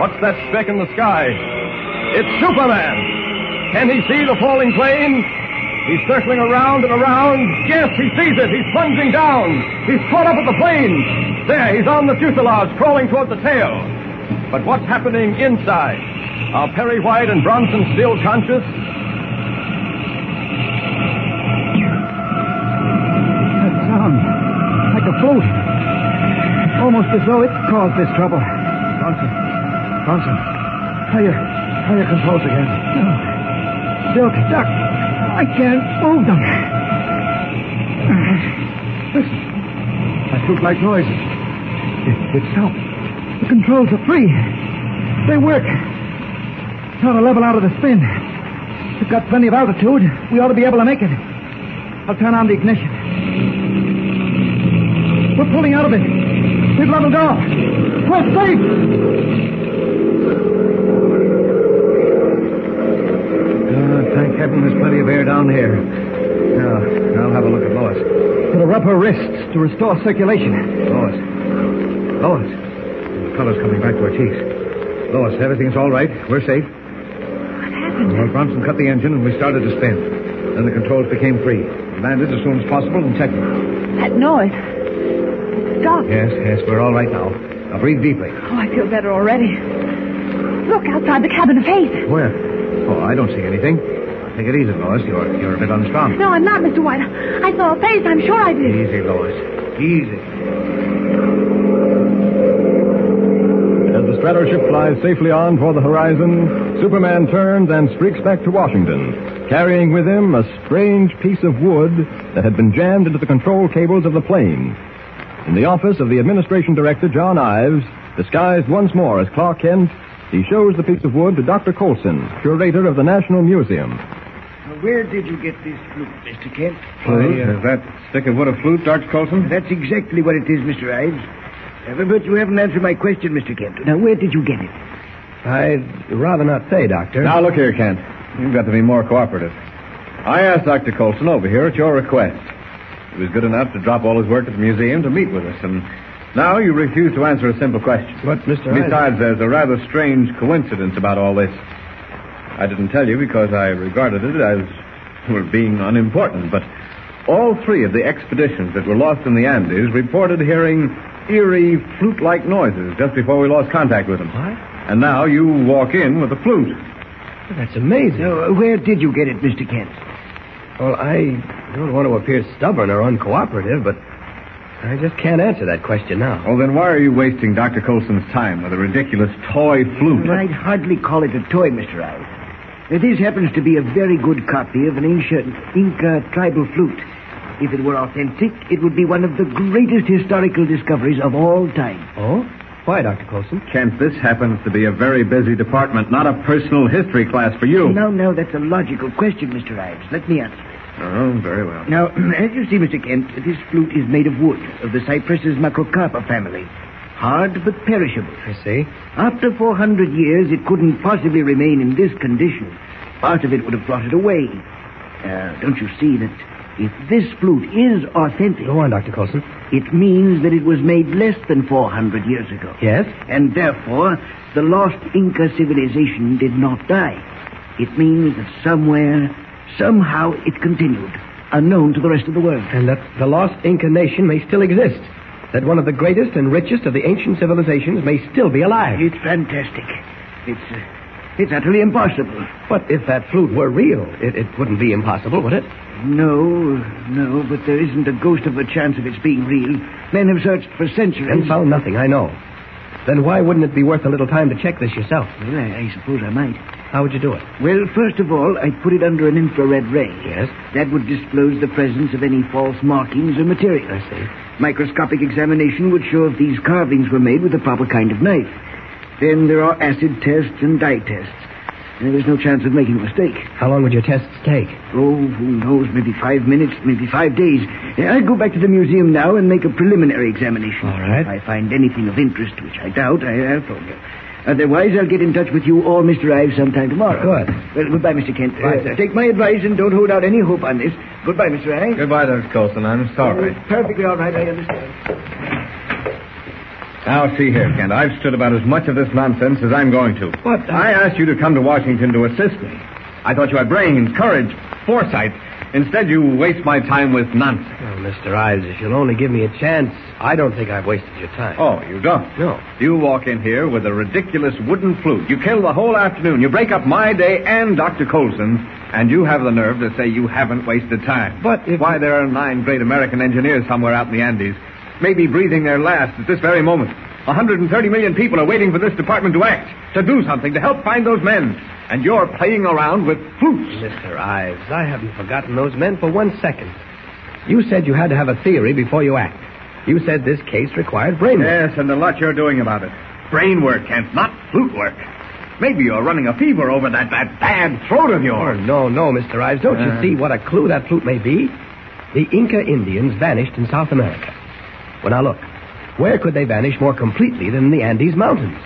What's that speck in the sky? It's Superman. Can he see the falling plane? He's circling around and around. Yes, he sees it. He's plunging down. He's caught up with the plane. There, he's on the fuselage, crawling toward the tail. But what's happening inside? Are Perry White and Bronson still conscious?
That sound. Like a float. Almost as though it caused this trouble. Bronson. Bronson. Try your, try your controls again. No. Still stuck. I can't move them. Listen. I took like noise. It, it's help. The controls are free. They work. It's ought to level out of the spin. We've got plenty of altitude. We ought to be able to make it. I'll turn on the ignition. We're pulling out of it. We've leveled off. We're safe.
Ah, thank heaven there's plenty of air down here. Now, I'll have a look at Lois.
It'll rub her wrists to restore circulation.
Lois. Lois. The color's coming back to her cheeks. Lois, everything's all right. We're safe. What happened? Well, Bronson cut the engine and we started to spin. Then the controls became free. We landed as soon as possible and checked them.
That noise. Stop.
Yes, yes, we're all right now. Now breathe deeply.
Oh, I feel better already. Look outside the cabin of Faith.
Where? Oh, I don't see anything. Take it easy, Lois. You're, you're a bit unstrung.
No, I'm not, Mr. White. I saw a face. I'm sure I did.
Easy, Lois. Easy.
As the stratoship flies safely on for the horizon, Superman turns and streaks back to Washington, carrying with him a strange piece of wood that had been jammed into the control cables of the plane. In the office of the administration director, John Ives, disguised once more as Clark Kent, he shows the piece of wood to Dr. Colson, curator of the National Museum.
Where did you get this flute, Mr. Kent?
Flute?
Is that stick of wood a flute, Dr. Colson? That's exactly what it is, Mr. Ives. Uh, But you haven't answered my question, Mr. Kent. Now, where did you get it?
I'd rather not say, Doctor.
Now,
look here, Kent.
You've
got to be more cooperative.
I
asked Dr. Colson over here at your request. He was good enough to drop all his work at the museum to meet with us, and now you refuse to answer a simple question. But, Mr. Besides, there's a rather strange coincidence about all this. I didn't tell you because I regarded it as, well, being unimportant, but all three of the expeditions that were lost in the Andes reported hearing eerie flute-like noises just before we lost contact with them. What? And now you walk in with a flute.
That's amazing. uh, where did you get it, Mr. Kent?
Well, I don't want to appear stubborn or uncooperative, but I just can't answer that question now.
Well, then why are you wasting Dr. Colson's time with a ridiculous toy flute? I'd hardly call it a toy, Mr. Ives. Uh, This happens to be a very good copy of an ancient Inca tribal flute. If it were authentic, it would be one of the greatest historical discoveries of all time.
Oh? Why, Dr. Colson?
Kent,
this
happens
to be a very busy department,
not
a personal history class for you.
No, no, that's a logical question, Mr. Ives. Let me answer.
Oh, very well.
Now, <clears throat> as you see, Mr. Kent, this flute is made of wood, of the Cypressus macrocarpa family. Hard but perishable. I see. After 400 years, it couldn't possibly remain in this condition. Part of it would have rotted away. Uh, don't you see that if this flute is authentic. Go on, Dr. Colson. It means that it was made less than 400 years ago.
Yes?
And therefore, the lost Inca civilization did not die. It means that somewhere, somehow, it continued, unknown to the rest of the world.
And that the lost Inca nation may still exist. That one of the greatest and richest of the ancient civilizations may still be alive.
It's fantastic. It's, uh, it's utterly impossible.
But if that flute were real, it, it wouldn't be impossible, would it?
No, no, but there isn't a ghost of a chance of its being real. Men have searched for centuries.
And found nothing, I know. Then why wouldn't it be worth a little time to check this yourself?
Well, I, I suppose I might.
How would you do it?
Well, first of all, I'd put it under an infrared ray. Yes? That would disclose the presence of any false markings or material. I see. Microscopic examination would show if these carvings were made with the proper kind of knife. Then there are acid tests and dye tests. And there is no chance of making a mistake.
How long would your tests take?
Oh, who knows? Maybe five minutes, maybe five days. I'd go back to the museum now and make a preliminary examination. All right. If I find anything of interest, which I doubt, I, I'll phone you. Otherwise, I'll get in touch with you or Mr. Ives sometime tomorrow. Good. Well, goodbye, Mr. Kent. Uh,
Bye, sir.
take my advice and don't hold out any hope on this. Goodbye, Mr. Ives.
Goodbye, Dr. Colson. I'm sorry.
It's perfectly all right. I understand.
Now, see here, Kent. I've stood about as much of this nonsense as I'm going to. But I asked you to come to Washington to assist me. I thought you had brains, courage, foresight. Instead, you waste my time with nonsense. Oh, Mr. Ives, if you'll only give me a chance, I don't think I've wasted your time. Oh, you don't? No. You walk in here with a ridiculous wooden flute. You kill the whole afternoon. You break up my day and Dr. Colson's, and you have the nerve to say you haven't wasted time. But Why, there are nine great American engineers somewhere out in the Andes. Maybe breathing their last at this very moment. 130 million people are waiting for this department to act, to do something, to help find those men. And you're playing around with flutes. Mr. Ives, I haven't forgotten those men for one second. You said you had to have a theory before you act. You said this case required brain work. Yes, and the lot you're doing about it. Brain work, Kent, not flute work. Maybe you're running a fever over that, that bad throat of yours. Oh, no, no, Mr. Ives. Don't
Uh.
you see what a clue that flute may be? The Inca Indians vanished in South America. Well, now look. Where could they vanish more completely than in the Andes Mountains?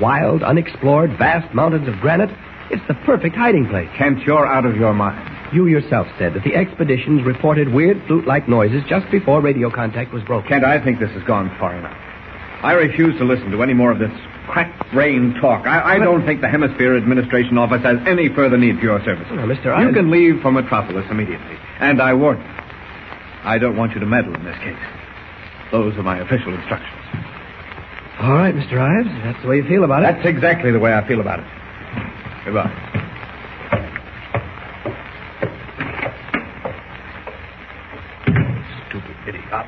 Wild, unexplored, vast mountains of granite. It's the perfect hiding place. Kent, you're out of your mind. You yourself said that the expeditions reported weird flute-like noises just before radio contact was broken. Kent, I think this has gone far enough.
I refuse to listen to any more of this crack-brain talk. I, I don't think the Hemisphere Administration Office has any further need for your services.
Now, Mr.
You
I-
can leave for Metropolis immediately. And I warn you, I don't want you to meddle in this case. Those are my official instructions.
All right, Mr. Ives. That's the way you feel about it.
That's exactly the way I feel about it. Goodbye. Stupid idiot.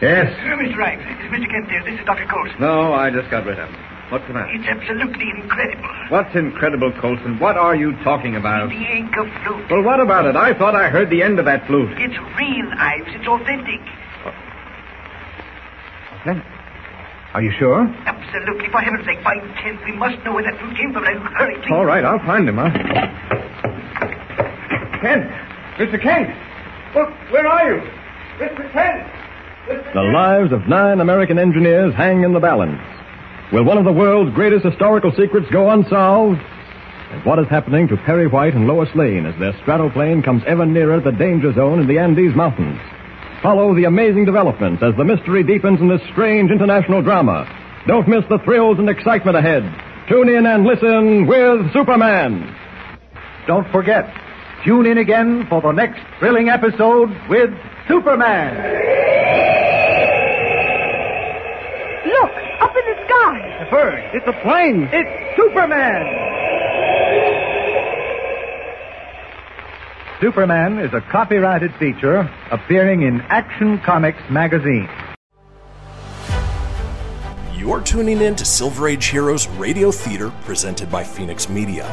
Yes.
Mr. Rives, it's Mr. Kent there. This is Dr. Colson.
No, I just got rid of him. What's the matter?
It's absolutely incredible.
What's incredible, Colson? What are you talking about?
The anchor flute.
Well, what about it? I thought I heard the end of that flute.
It's real, Ives. It's authentic.
Are you sure?
Absolutely. For heaven's sake, by Kent, we must know where that flute came from. Now, hurry, please.
Oh.
All right, I'll find him. Huh? Kent! Mr. Kent! Look, where are you? Mr. Kent!
The lives of nine American engineers hang in the balance. Will one of the world's greatest historical secrets go unsolved? And what is happening to Perry White and Lois Lane as their stratoplane comes ever nearer the danger zone in the Andes Mountains? Follow the amazing developments as the mystery deepens in this strange international drama. Don't miss the thrills and excitement ahead. Tune in and listen with Superman.
Don't forget, tune in again for the next thrilling episode with Superman.
Look, up in the sky.
A bird. It's a plane. It's Superman. Superman is a copyrighted feature appearing in Action Comics magazine.
You're tuning in to Silver Age Heroes Radio Theater presented by Phoenix Media.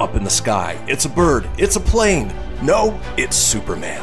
Up in the sky, it's a bird, it's a plane. No, it's Superman.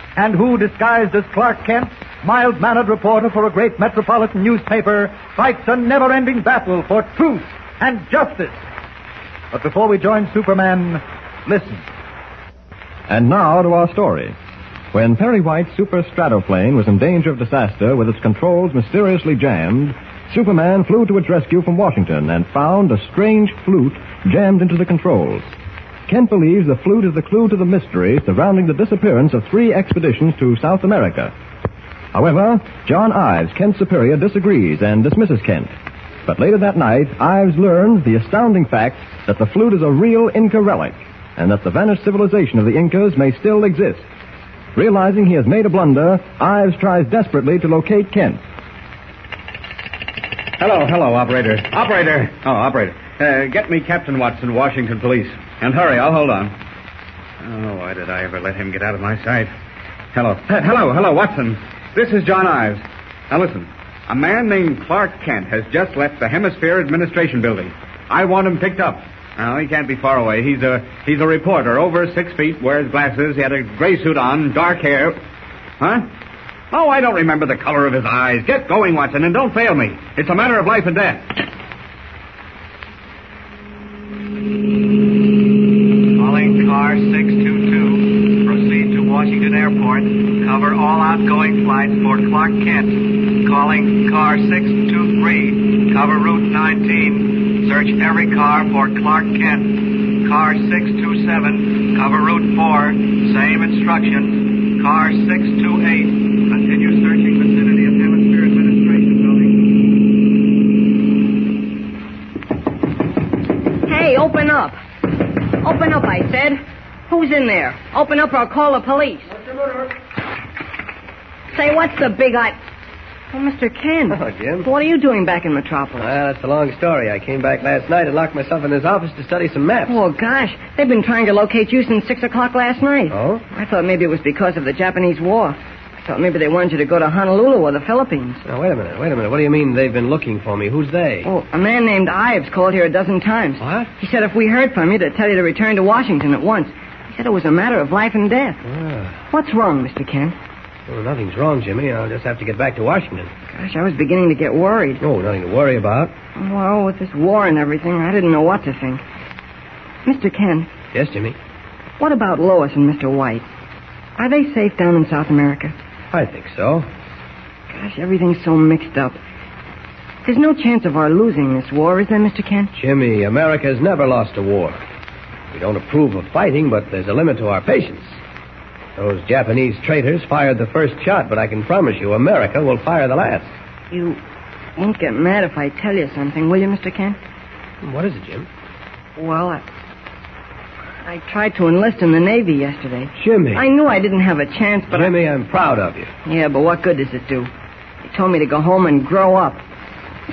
and who, disguised as Clark Kent, mild-mannered reporter for a great metropolitan newspaper, fights a never-ending battle for truth and justice. But before we join Superman, listen.
And now to our story. When Perry White's super stratoplane was in danger of disaster with its controls mysteriously jammed, Superman flew to its rescue from Washington and found a strange flute jammed into the controls. Kent believes the flute is the clue to the mystery surrounding the disappearance of three expeditions to South America. However, John Ives, Kent's superior, disagrees and dismisses Kent. But later that night, Ives learns the astounding fact that the flute is a real Inca relic and that the vanished civilization of the Incas may still exist. Realizing he has made a blunder, Ives tries desperately to locate Kent.
Hello, hello, operator. Operator! Oh, operator. Uh, get me Captain Watson, Washington Police. And hurry, I'll hold on. Oh, why did I ever let him get out of my sight? Hello. Uh, hello, hello, Watson. This is John Ives. Now listen. A man named Clark Kent has just left the Hemisphere Administration Building. I want him picked up. Now, he can't be far away. He's a he's a reporter, over six feet, wears glasses. He had a gray suit on, dark hair. Huh? Oh, I don't remember the color of his eyes. Get going, Watson, and don't fail me. It's a matter of life and death.
Calling car 622. Proceed to Washington Airport. Cover all outgoing flights for Clark Kent. Calling car 623. Cover Route 19. Search every car for Clark Kent. Car 627. Cover Route 4. Same instructions. Car 628. Continue searching vicinity of Hemisphere Administration Building.
Hey, open up. Open up, I said. Who's in there? Open up or I'll call the police. Say, what's the big I... Oh, Mr. Ken.
Hello, Jim.
What are you doing back in Metropolis?
Well, that's a long story. I came back last night and locked myself in his office to study some maps.
Oh, gosh. They've been trying to locate you since 6 o'clock last night.
Oh?
I thought maybe it was because of the Japanese war. I thought maybe they wanted you to go to Honolulu or the Philippines.
Now, wait a minute, wait a minute. What do you mean they've been looking for me? Who's they?
Oh, a man named Ives called here a dozen times.
What?
He said if we heard from you, to tell you to return to Washington at once. He said it was a matter of life and death.
Ah.
What's wrong, Mr. Kent?
Well, nothing's wrong, Jimmy. I'll just have to get back to Washington.
Gosh, I was beginning to get worried.
Oh, nothing to worry about.
Well, with this war and everything, I didn't know what to think. Mr. Kent,
Yes, Jimmy.
what about Lois and Mr. White? Are they safe down in South America?
I think so.
Gosh, everything's so mixed up. There's no chance of our losing this war, is there, Mr. Kent?
Jimmy, America's never lost a war. We don't approve of fighting, but there's a limit to our patience. Those Japanese traitors fired the first shot, but I can promise you America will fire the last.
You won't get mad if I tell you something, will you, Mr. Kent?
What is it, Jim?
Well, I, I tried to enlist in the Navy yesterday.
Jimmy.
I knew I didn't have a chance, but
Jimmy, I'm proud of you.
I... Yeah, but what good does it do? They told me to go home and grow up.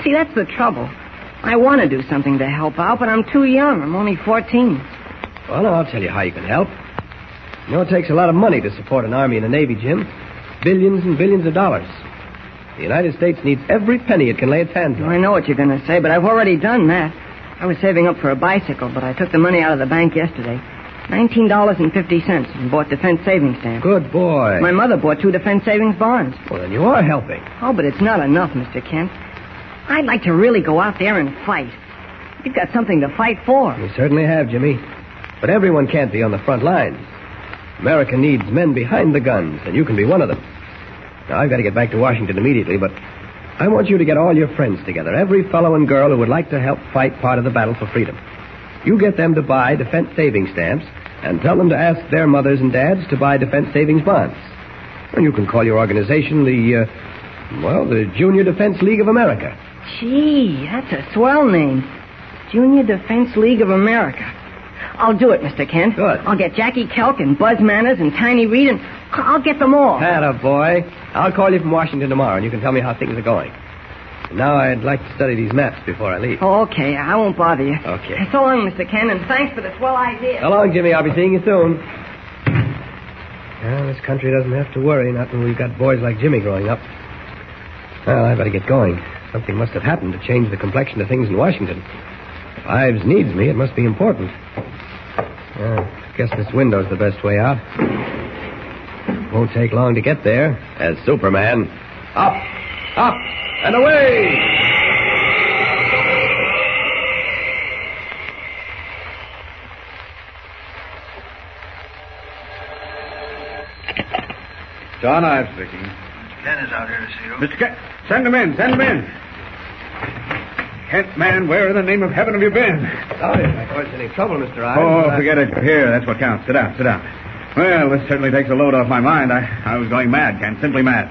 See, that's the trouble. I want to do something to help out, but I'm too young. I'm only 14.
Well, I'll tell you how you can help. You know, it takes a lot of money to support an army and a navy, Jim. Billions and billions of dollars. The United States needs every penny it can lay its hands on.
I know what you're going to say, but I've already done that. I was saving up for a bicycle, but I took the money out of the bank yesterday. $19.50 and bought defense savings stamps.
Good boy.
My mother bought two defense savings bonds.
Well, then you are helping.
Oh, but it's not enough, Mr. Kent. I'd like to really go out there and fight. You've got something to fight for.
We certainly have, Jimmy. But everyone can't be on the front lines. America needs men behind the guns, and you can be one of them. Now, I've got to get back to Washington immediately, but I want you to get all your friends together, every fellow and girl who would like to help fight part of the battle for freedom. You get them to buy defense savings stamps and tell them to ask their mothers and dads to buy defense savings bonds. And you can call your organization the, uh, well, the Junior Defense League of America.
Gee, that's a swell name. Junior Defense League of America. I'll do it, Mr. Kent. Good. I'll get Jackie Kelk and Buzz Manners and Tiny Reed and I'll get them all.
Atta boy. I'll call you from Washington tomorrow, and you can tell me how things are going. Now I'd like to study these maps before I leave.
Oh, okay. I won't bother you.
Okay.
So long, Mr. Kent, and thanks for the swell idea.
So long, Jimmy. I'll be seeing you soon. Well, this country doesn't have to worry, not when we've got boys like Jimmy growing up. Well, I better get going. Something must have happened to change the complexion of things in Washington. If Ives needs me, it must be important. Well, I guess this window's the best way out. Won't take long to get there, as Superman. Up, up, and away!
John Ives speaking.
Ken is out here to see you.
Mr. Kent, send him in, send him in. Kent, man, where in the name of heaven have you been?
Sorry if I caused any trouble, Mr. Ives.
Oh,
but uh, I-
forget it. Here, that's what counts. Sit down, sit down. Well, this certainly takes a load off my mind. I, I was going mad, Ken, simply mad.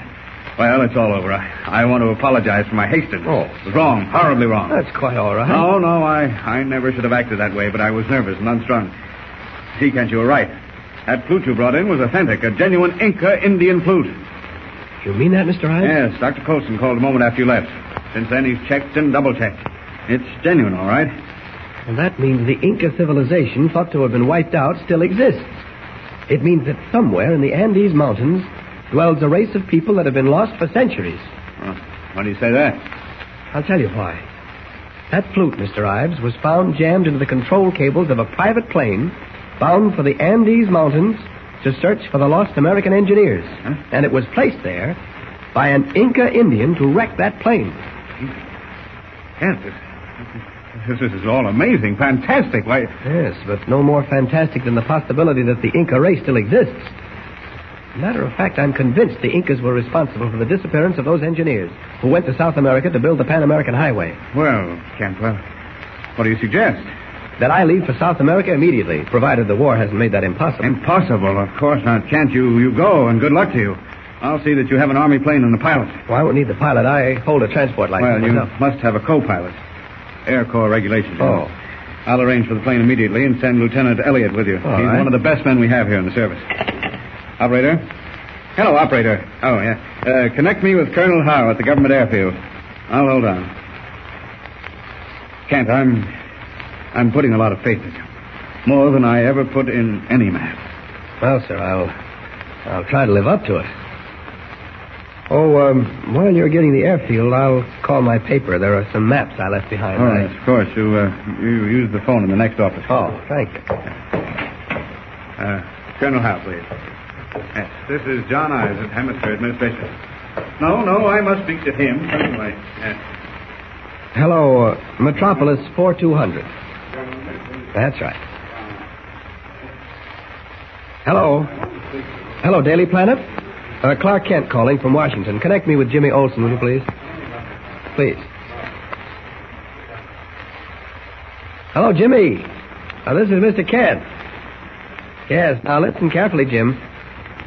Well, it's all over. I, I want to apologize for my hastiness. Oh. It was wrong, horribly wrong.
That's quite all right.
No, no, I, I never should have acted that way, but I was nervous and unstrung. See, Kent, you were right. That flute you brought in was authentic, a genuine Inca Indian flute.
You mean that, Mr.
Yes, Dr. Colson called a moment after you left. Since then, he's checked and double checked. It's genuine, all right.
And that means the Inca civilization thought to have been wiped out still exists. It means that somewhere in the Andes Mountains dwells a race of people that have been lost for centuries.
Why do you say that?
I'll tell you why. That flute, Mr. Ives, was found jammed into the control cables of a private plane bound for the Andes Mountains to search for the lost American engineers. And it was placed there by an Inca Indian to wreck that plane.
Yes, This, this is all amazing, fantastic. Why?
Yes, but no more fantastic than the possibility that the Inca race still exists. Matter of fact, I'm convinced the Incas were responsible for the disappearance of those engineers who went to South America to build the Pan American Highway.
Well, Kent, well, what do you suggest?
That I leave for South America immediately, provided the war hasn't made that impossible.
Impossible, of course. Now, Kent, you, you go, and good luck to you. I'll see that you have an army plane and a pilot.
Well, I won't need the pilot. I hold a transport license
Well, you
myself.
must have a co-pilot. Air Corps regulations.
Oh.
I'll arrange for the plane immediately and send Lieutenant Elliott with you. He's
right.
one of the best men we have here in the service. Operator? Hello, operator. Oh, yeah. Uh, connect me with Colonel Howe at the government airfield. I'll hold on. Kent, I'm... I'm putting a lot of faith in you. More than I ever put in any man.
Well, sir, I'll... I'll try to live up to it. Oh, um, while you're getting the airfield, I'll call my paper. There are some maps I left behind.
All right, of course. You, uh, you use the phone in the next office.
Oh, thank you.
Uh, Colonel Howe, please. Yes, this is John Ives at Hemisphere Administration. No, no, I must speak to him. Anyway, yes.
Hello, uh, Metropolis 4200. That's right. Hello. Hello, Daily Planet. Uh, Clark Kent calling from Washington. Connect me with Jimmy Olsen, will you please? Please. Hello, Jimmy. Uh, this is Mr. Kent. Yes, now listen carefully, Jim.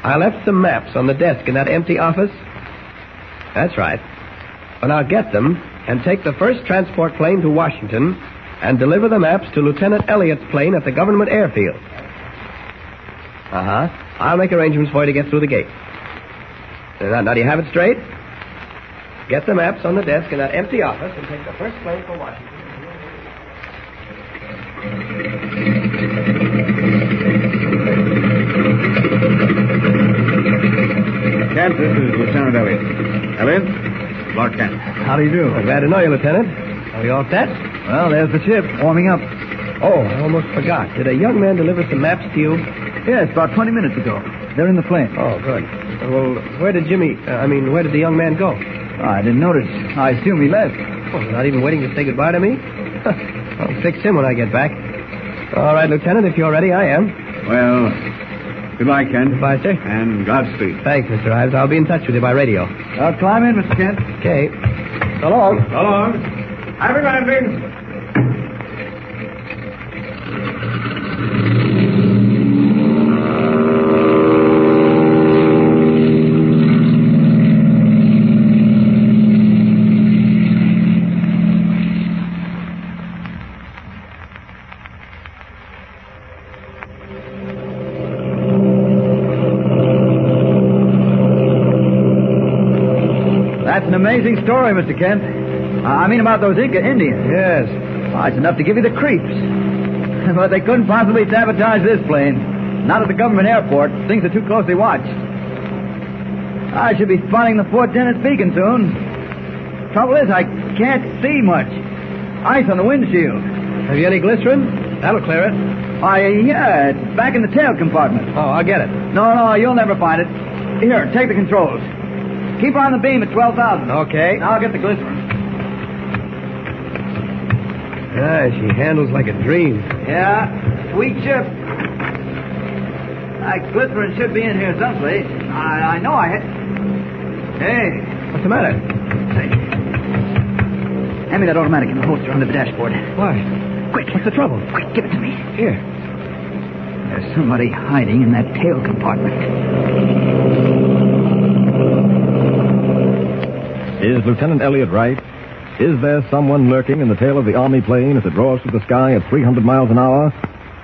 I left some maps on the desk in that empty office. That's right. Well, now get them and take the first transport plane to Washington and deliver the maps to Lieutenant Elliott's plane at the government airfield. Uh huh. I'll make arrangements for you to get through the gate. Now, now, do you have it straight? Get the maps on the desk in that empty office and take the first plane for Washington.
Kent, this is Lieutenant Elliott. Elliott? Clark Kent.
How do you do? glad to know you, Lieutenant. Are we all set? Well, there's the ship, warming up. Oh, I almost forgot. Did a young man deliver some maps to you? Yes, about 20 minutes ago. They're in the plane. Oh, good. Well, where did Jimmy, uh, I mean, where did the young man go? Ah, I didn't notice. I assume he left. Oh, not even waiting to say goodbye to me? <laughs> Huh. I'll fix him when I get back. All right, Lieutenant, if you're ready, I am.
Well, goodbye, Kent.
Goodbye, sir.
And Godspeed.
Thanks, Mr. Ives. I'll be in touch with you by radio.
Uh, climb in, Mr. Kent.
Okay. So long.
So long. Happy landing.
That's an amazing story, Mr. Kent. I I mean about those Inca Indians. Yes. it's enough to give you the creeps. <laughs> but they couldn't possibly sabotage this plane. Not at the government airport. Things are too closely watched. I should be spotting the Fort Dennis beacon soon. Trouble is, I can't see much. Ice on the windshield. Have you any glycerin? That'll clear it. I, yeah, it's back in the tail compartment. Oh, I'll get it. No, no, you'll never find it. Here, take the controls. Keep her on the beam at 12,000. Okay. Now I'll get the glycerin.
Ah, she handles like a dream.
Yeah, sweet ship. That glycerin should be in here someplace. I, I know I had. Hey.
What's the matter?
Hand me that automatic in the holster under the dashboard.
Why?
Quick. What's the trouble? Quick, give it to me. Here. There's somebody hiding in that tail compartment.
Is Lieutenant Elliott right? Is there someone lurking in the tail of the Army plane as it roars through the sky at 300 miles an hour?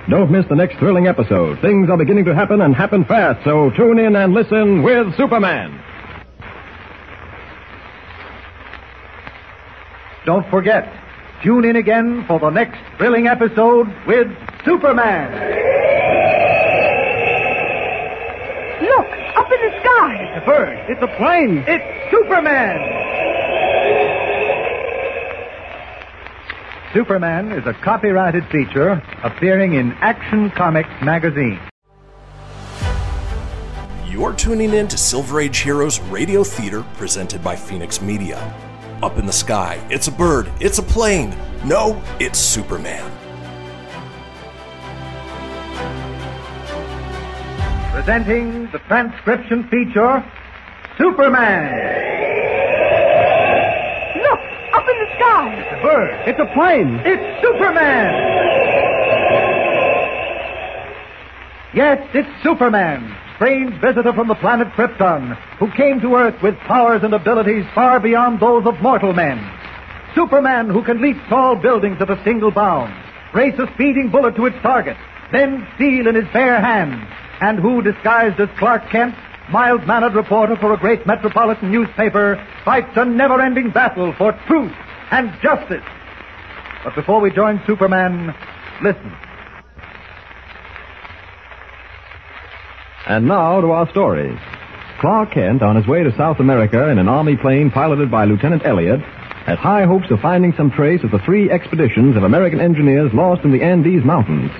Don't miss the next thrilling episode. Things are beginning to happen and happen fast, so tune in and listen with Superman.
Don't forget, tune in again for the next thrilling episode with Superman.
Look, up in the sky.
It's a bird. It's a plane. It's Superman. Superman is a copyrighted feature appearing in Action Comics magazine.
You're tuning in to Silver Age Heroes Radio Theater presented by Phoenix Media. Up in the sky, it's a bird, it's a plane. No, it's Superman.
Presenting the transcription feature Superman.
Look, up in the sky.
It's a bird. It's a plane. It's Superman. Yes, it's Superman, strange visitor from the planet Krypton, who came to Earth with powers and abilities far beyond those of mortal men. Superman who can leap tall buildings at a single bound, race a speeding bullet to its target, then steal in his bare hands, and who, disguised as Clark Kent, mild-mannered reporter for a great metropolitan newspaper, fights a never-ending battle for truth and justice. But before we join Superman, listen.
And now to our story. Clark Kent, on his way to South America in an Army plane piloted by Lieutenant Elliott, has high hopes of finding some trace of the three expeditions of American engineers lost in the Andes Mountains.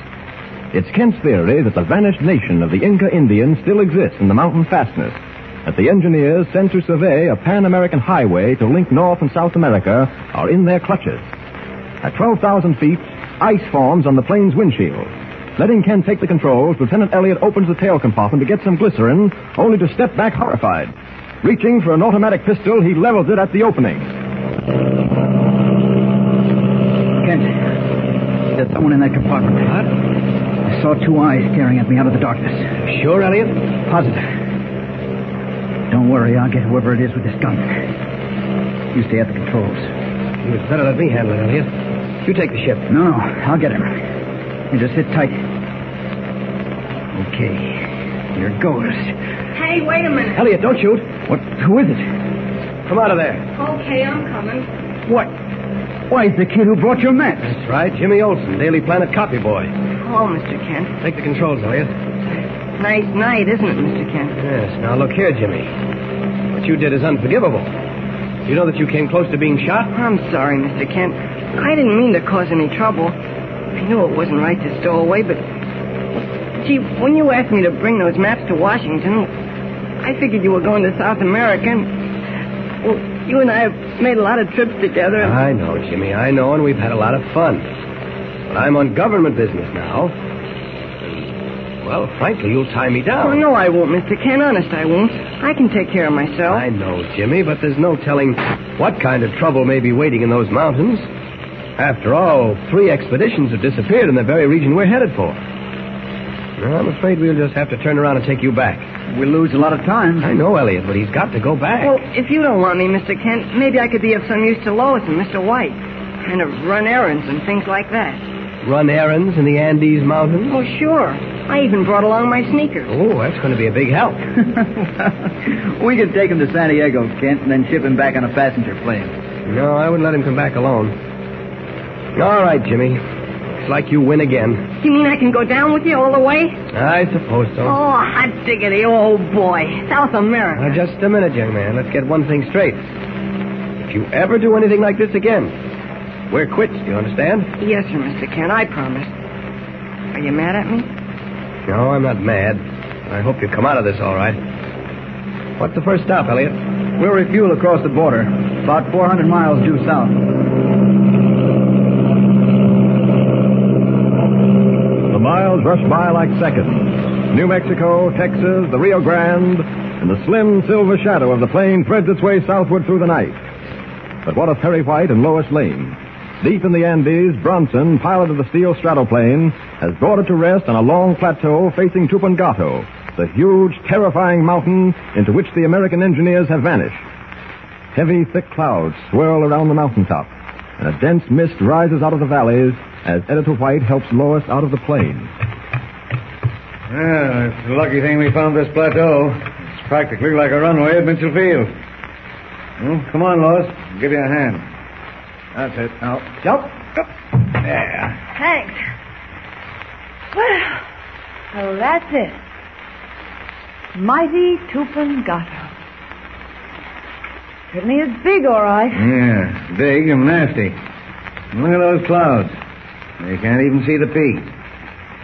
It's Kent's theory that the vanished nation of the Inca Indians still exists in the mountain fastness, that the engineers sent to survey a Pan American highway to link North and South America are in their clutches. At 12,000 feet, ice forms on the plane's windshield. Letting Kent take the controls, Lieutenant Elliott opens the tail compartment to get some glycerin, only to step back horrified. Reaching for an automatic pistol, he levels it at the opening.
There's someone in that compartment. What? I saw two eyes staring at me out of the darkness. Sure, Elliot? Positive. Don't worry, I'll get whoever it is with this gun. You stay at the controls. You better let me handle it, Elliot. You take the ship. No, no, I'll get him. You just sit tight. Okay. Here goes.
Hey, wait a minute.
Elliot, don't shoot. What? Who is it? Come out of there.
Okay, I'm coming.
What? Why, it's the kid who brought your map. That's right, Jimmy Olsen, Daily Planet copy boy.
Oh, Mr. Kent.
Take the controls, Elliot.
Nice night, isn't it, Mr. Kent?
Yes. Now look here, Jimmy. What you did is unforgivable. You know that you came close to being shot.
I'm sorry, Mr. Kent. I didn't mean to cause any trouble. I knew it wasn't right to stow away, but. Gee, when you asked me to bring those maps to Washington, I figured you were going to South America, and. Well, you and I have made a lot of trips together. and-
I know, Jimmy. I know, and we've had a lot of fun. But I'm on government business now. And, Well, frankly, you'll tie me
Oh,
down.
no, I won't, Mr. Kent. Honest, I won't. I can take care of myself.
I know, Jimmy, but there's no telling what kind of trouble may be waiting in those mountains. After all, three expeditions have disappeared in the very region we're headed for. Well, I'm afraid we'll just have to turn around and take you back. We'll lose a lot of time. I know, Elliot, but he's got to go back.
Well, if you don't want me, Mr. Kent, maybe I could be of some use to Lois and Mr. White. Kind of run errands and things like that.
Run errands in the Andes Mountains?
Oh, sure. I even brought along my sneakers.
Oh, that's going to be a big help.
<laughs> We could take him to San Diego, Kent, and then ship him back on a passenger plane.
No, I wouldn't let him come back alone. All right, Jimmy. It's like you win again.
You mean I can go down with you all the way?
I suppose so.
Oh, hot diggity, oh boy. South America.
Now, just a minute, young man. Let's get one thing straight. If you ever do anything like this again, we're quits, do you understand?
Yes, sir, Mr. Kent, I promise. Are you mad at me?
No, I'm not mad. I hope you come out of this all right. What's the first stop, Elliot?
We'll refuel across the border, about 400 miles due south.
The miles rush by like seconds. New Mexico, Texas, the Rio Grande, and the slim silver shadow of the plane threads its way southward through the night. But what of Harry White and Lois Lane? Deep in the Andes, Bronson, pilot of the steel stratoplane, has brought it to rest on a long plateau facing Tupungato, the huge, terrifying mountain into which the American engineers have vanished. Heavy, thick clouds swirl around the mountaintop, and a dense mist rises out of the valleys as Editor White helps Lois out of the plane.
Well, it's a lucky thing we found this plateau. It's practically like a runway at Mitchell Field. Well, come on, Lois. I'll give you a hand. That's it. Now, jump. Up. There.
Thanks. Well, well, that's it. Mighty Tupungato. Certainly is big, all right.
Mm. Yeah, big and nasty. And look at those clouds. They can't even see the peak.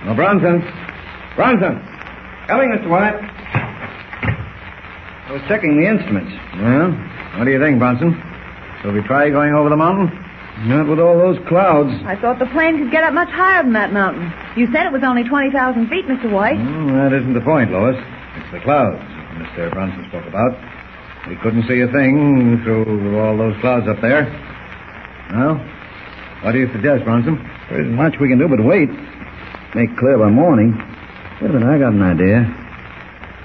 Now, Bronson. Bronson. Coming, Mr. White. I was checking the instruments. Well, what do you think, Bronson? Shall we try going over the mountain? Not with all those clouds.
I thought the plane could get up much higher than that mountain. You said it was only 20,000 feet, Mr. White.
Well, Hmm, that isn't the point, Lois. It's the clouds Mr. Bronson spoke about. We couldn't see a thing through all those clouds up there. Well, what do you suggest, Bronson? There isn't much we can do but wait. Make clear by morning. Wait a minute, I got an idea.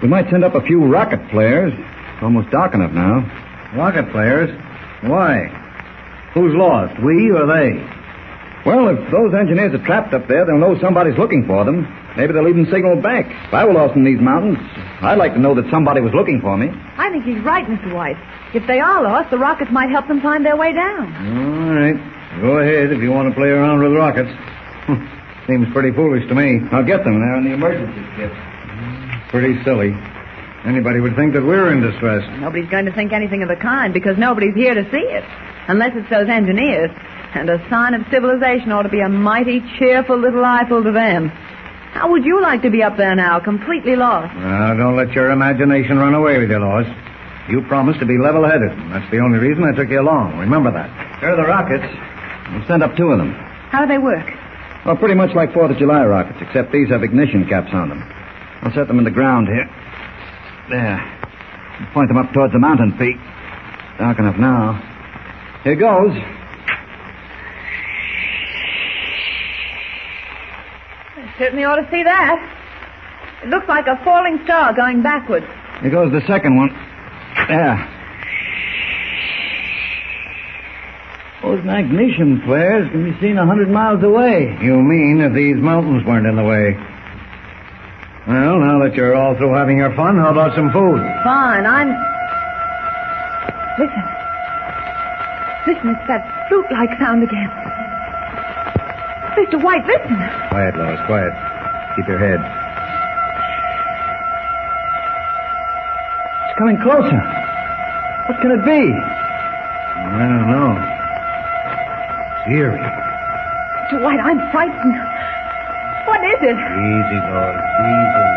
We might send up a few rocket flares. It's almost dark enough now. Rocket flares? Why? Who's lost, we or they? Well, if those engineers are trapped up there, they'll know somebody's looking for them. Maybe they'll even signal back. If I were lost in these mountains, I'd like to know that somebody was looking for me.
I think he's right, Mr. White. If they are lost, the rockets might help them find their way down.
All right. Go ahead if you want to play around with rockets. Hmm. Seems pretty foolish to me. I'll get them there in the emergency kit. Pretty silly. Anybody would think that we're in distress.
Nobody's going to think anything of the kind because nobody's here to see it, unless it's those engineers. And a sign of civilization ought to be a mighty cheerful little eyeful to them. How would you like to be up there now, completely lost?
Now, don't let your imagination run away with you, Lois. You promised to be level headed. That's the only reason I took you along. Remember that. Here are the rockets. We'll send up two of them.
How do they work?
Well, pretty much like Fourth of July rockets, except these have ignition caps on them. I'll set them in the ground here. There. Point them up towards the mountain peak. Dark enough now. Here goes.
I certainly ought to see that. It looks like a falling star going backwards.
Here goes the second one. There. Those magnesium flares can be seen a hundred miles away. You mean if these mountains weren't in the way? Well, now that you're all through having your fun, how about some food?
Fine, I'm. Listen. Listen, it's that flute like sound again. Mr. White, listen.
Quiet, Lois, quiet. Keep your head. It's coming closer. What can it be? I don't know. It's eerie.
Mr. White, I'm frightened. What is it?
Easy, Lois, easy.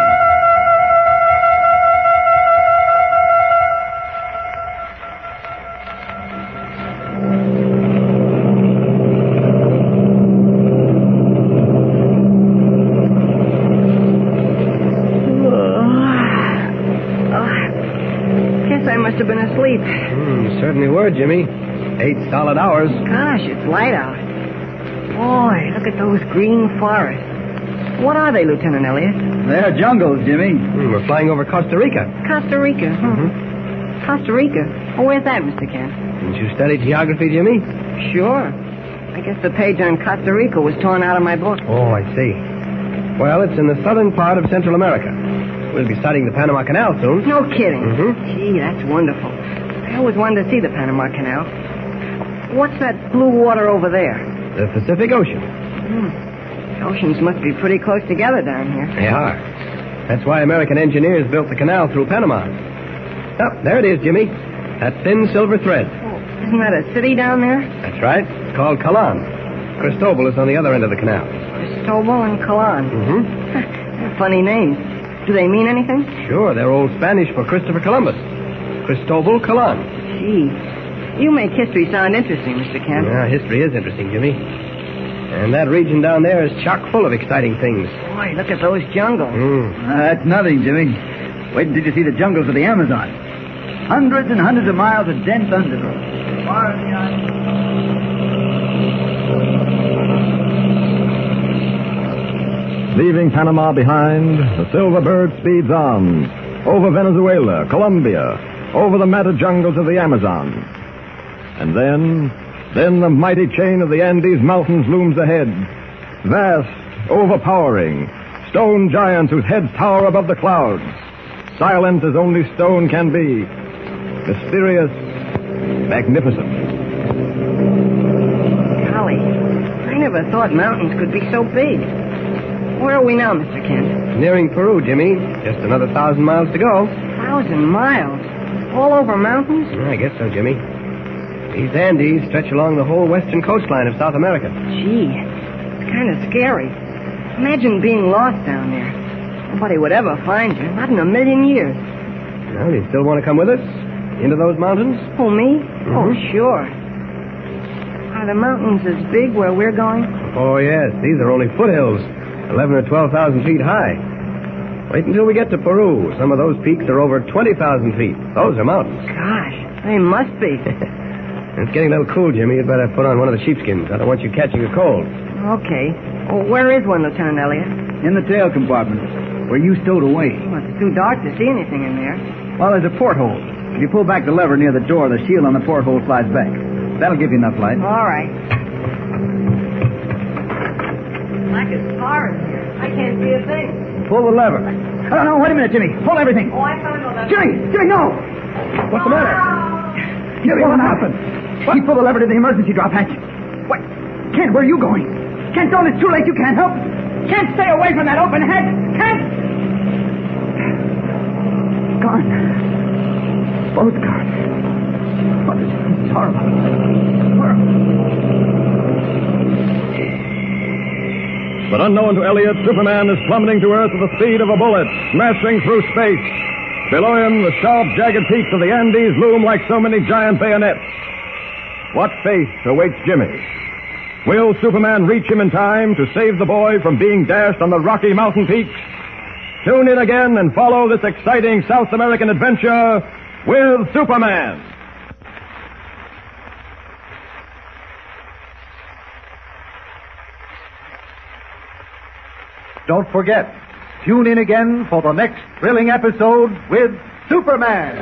Guess I must have been asleep.
Hmm, certainly were, Jimmy. Eight solid hours.
Gosh, it's light out. Boy, look at those green forests. What are they, Lieutenant Elliott?
They're jungles, Jimmy. Hmm, we're flying over Costa Rica.
Costa Rica. huh? Costa Rica. Oh, where's that, Mr. Kent?
Didn't you study geography, Jimmy?
Sure. I guess the page on Costa Rica was torn out of my book.
Oh, I see. Well, it's in the southern part of Central America. We'll be sighting the Panama Canal soon.
No kidding.
Mm-hmm.
Gee, that's wonderful. I always wanted to see the Panama Canal. What's that blue water over there?
The Pacific Ocean.
The oceans must be pretty close together down here.
They are. That's why American engineers built the canal through Panama. Oh, there it is, Jimmy. That thin silver thread.
Isn't that a city down there?
That's right. It's called Calan. Cristobal is on the other end of the canal.
Cristobal and Colon.
Mm-hmm.
<laughs> Funny names. Do they mean anything?
Sure, they're old Spanish for Christopher Columbus. Cristobal Colon.
Gee, you make history sound interesting, Mr. Kent.
Yeah, history is interesting, Jimmy. And that region down there is chock full of exciting things. Hmm.
Boy, look at those jungles.
that's nothing, Jimmy.
Wait until you see the jungles of the Amazon. Hundreds and hundreds of miles of dense undergrowth.
Leaving Panama behind, the Silverbird speeds on. Over Venezuela, Colombia, over the matted jungles of the Amazon. And then, then the mighty chain of the Andes Mountains looms ahead. Vast, overpowering, stone giants whose heads tower above the clouds. Silent as only stone can be. Mysterious, magnificent.
Golly, I never thought mountains could be so big. Where are we now, Mr. Kent?
Nearing Peru, Jimmy. Just another thousand miles to go.
Thousand miles. All over mountains?
I guess so, Jimmy. These Andes stretch along the whole western coastline of South America.
Gee, it's kind of scary. Imagine being lost down there. Nobody would ever find you, not in a million years.
Well, do you still want to come with us? Into those mountains? Hmm?
Who, me? Oh, sure. Are the mountains as big where we're going?
Oh, yes. These are only foothills, 11 or 12,000 feet high. Wait until we get to Peru. Some of those peaks are over 20,000 feet. Those are mountains.
Gosh, they must be.
It's getting a little cool, Jimmy. You'd better put on one of the sheepskins. I don't want you catching a cold.
okay. Well, where is one, Lieutenant Elliott?
In the tail compartment, where you stowed away.
Well, it's too dark to see anything in there.
Well, there's a porthole. If you pull back the lever near the door, the shield on the porthole slides back. That'll give you enough light.
All right.
Like a star in here. I can't see a thing.
Pull the lever. Oh, no, wait a minute, Jimmy. Hold everything.
Oh,
I found all
Jimmy! Jimmy, no! What's the matter? Jimmy, what happened? What? He pulled the lever to the emergency drop hatch. What? Kent, where are you going? Kent, don't. It's too late. You can't help. Kent, stay away from that open hatch. Kent! Gone. Both gone. Oh, this is horrible. Horrible.
But unknown to Elliot, Superman is plummeting to Earth with the speed of a bullet, smashing through space. Below him, the sharp, jagged peaks of the Andes loom like so many giant bayonets. What fate awaits Jimmy? Will Superman reach him in time to save the boy from being dashed on the Rocky Mountain peaks? Tune in again and follow this exciting South American adventure with Superman.
Don't forget, tune in again for the next thrilling episode with Superman.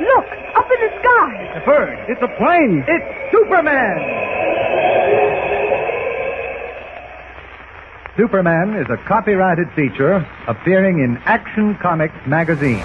Look, up in the sky.
It's a bird. It's a plane. It's Superman. Superman is a copyrighted feature appearing in Action Comics magazine.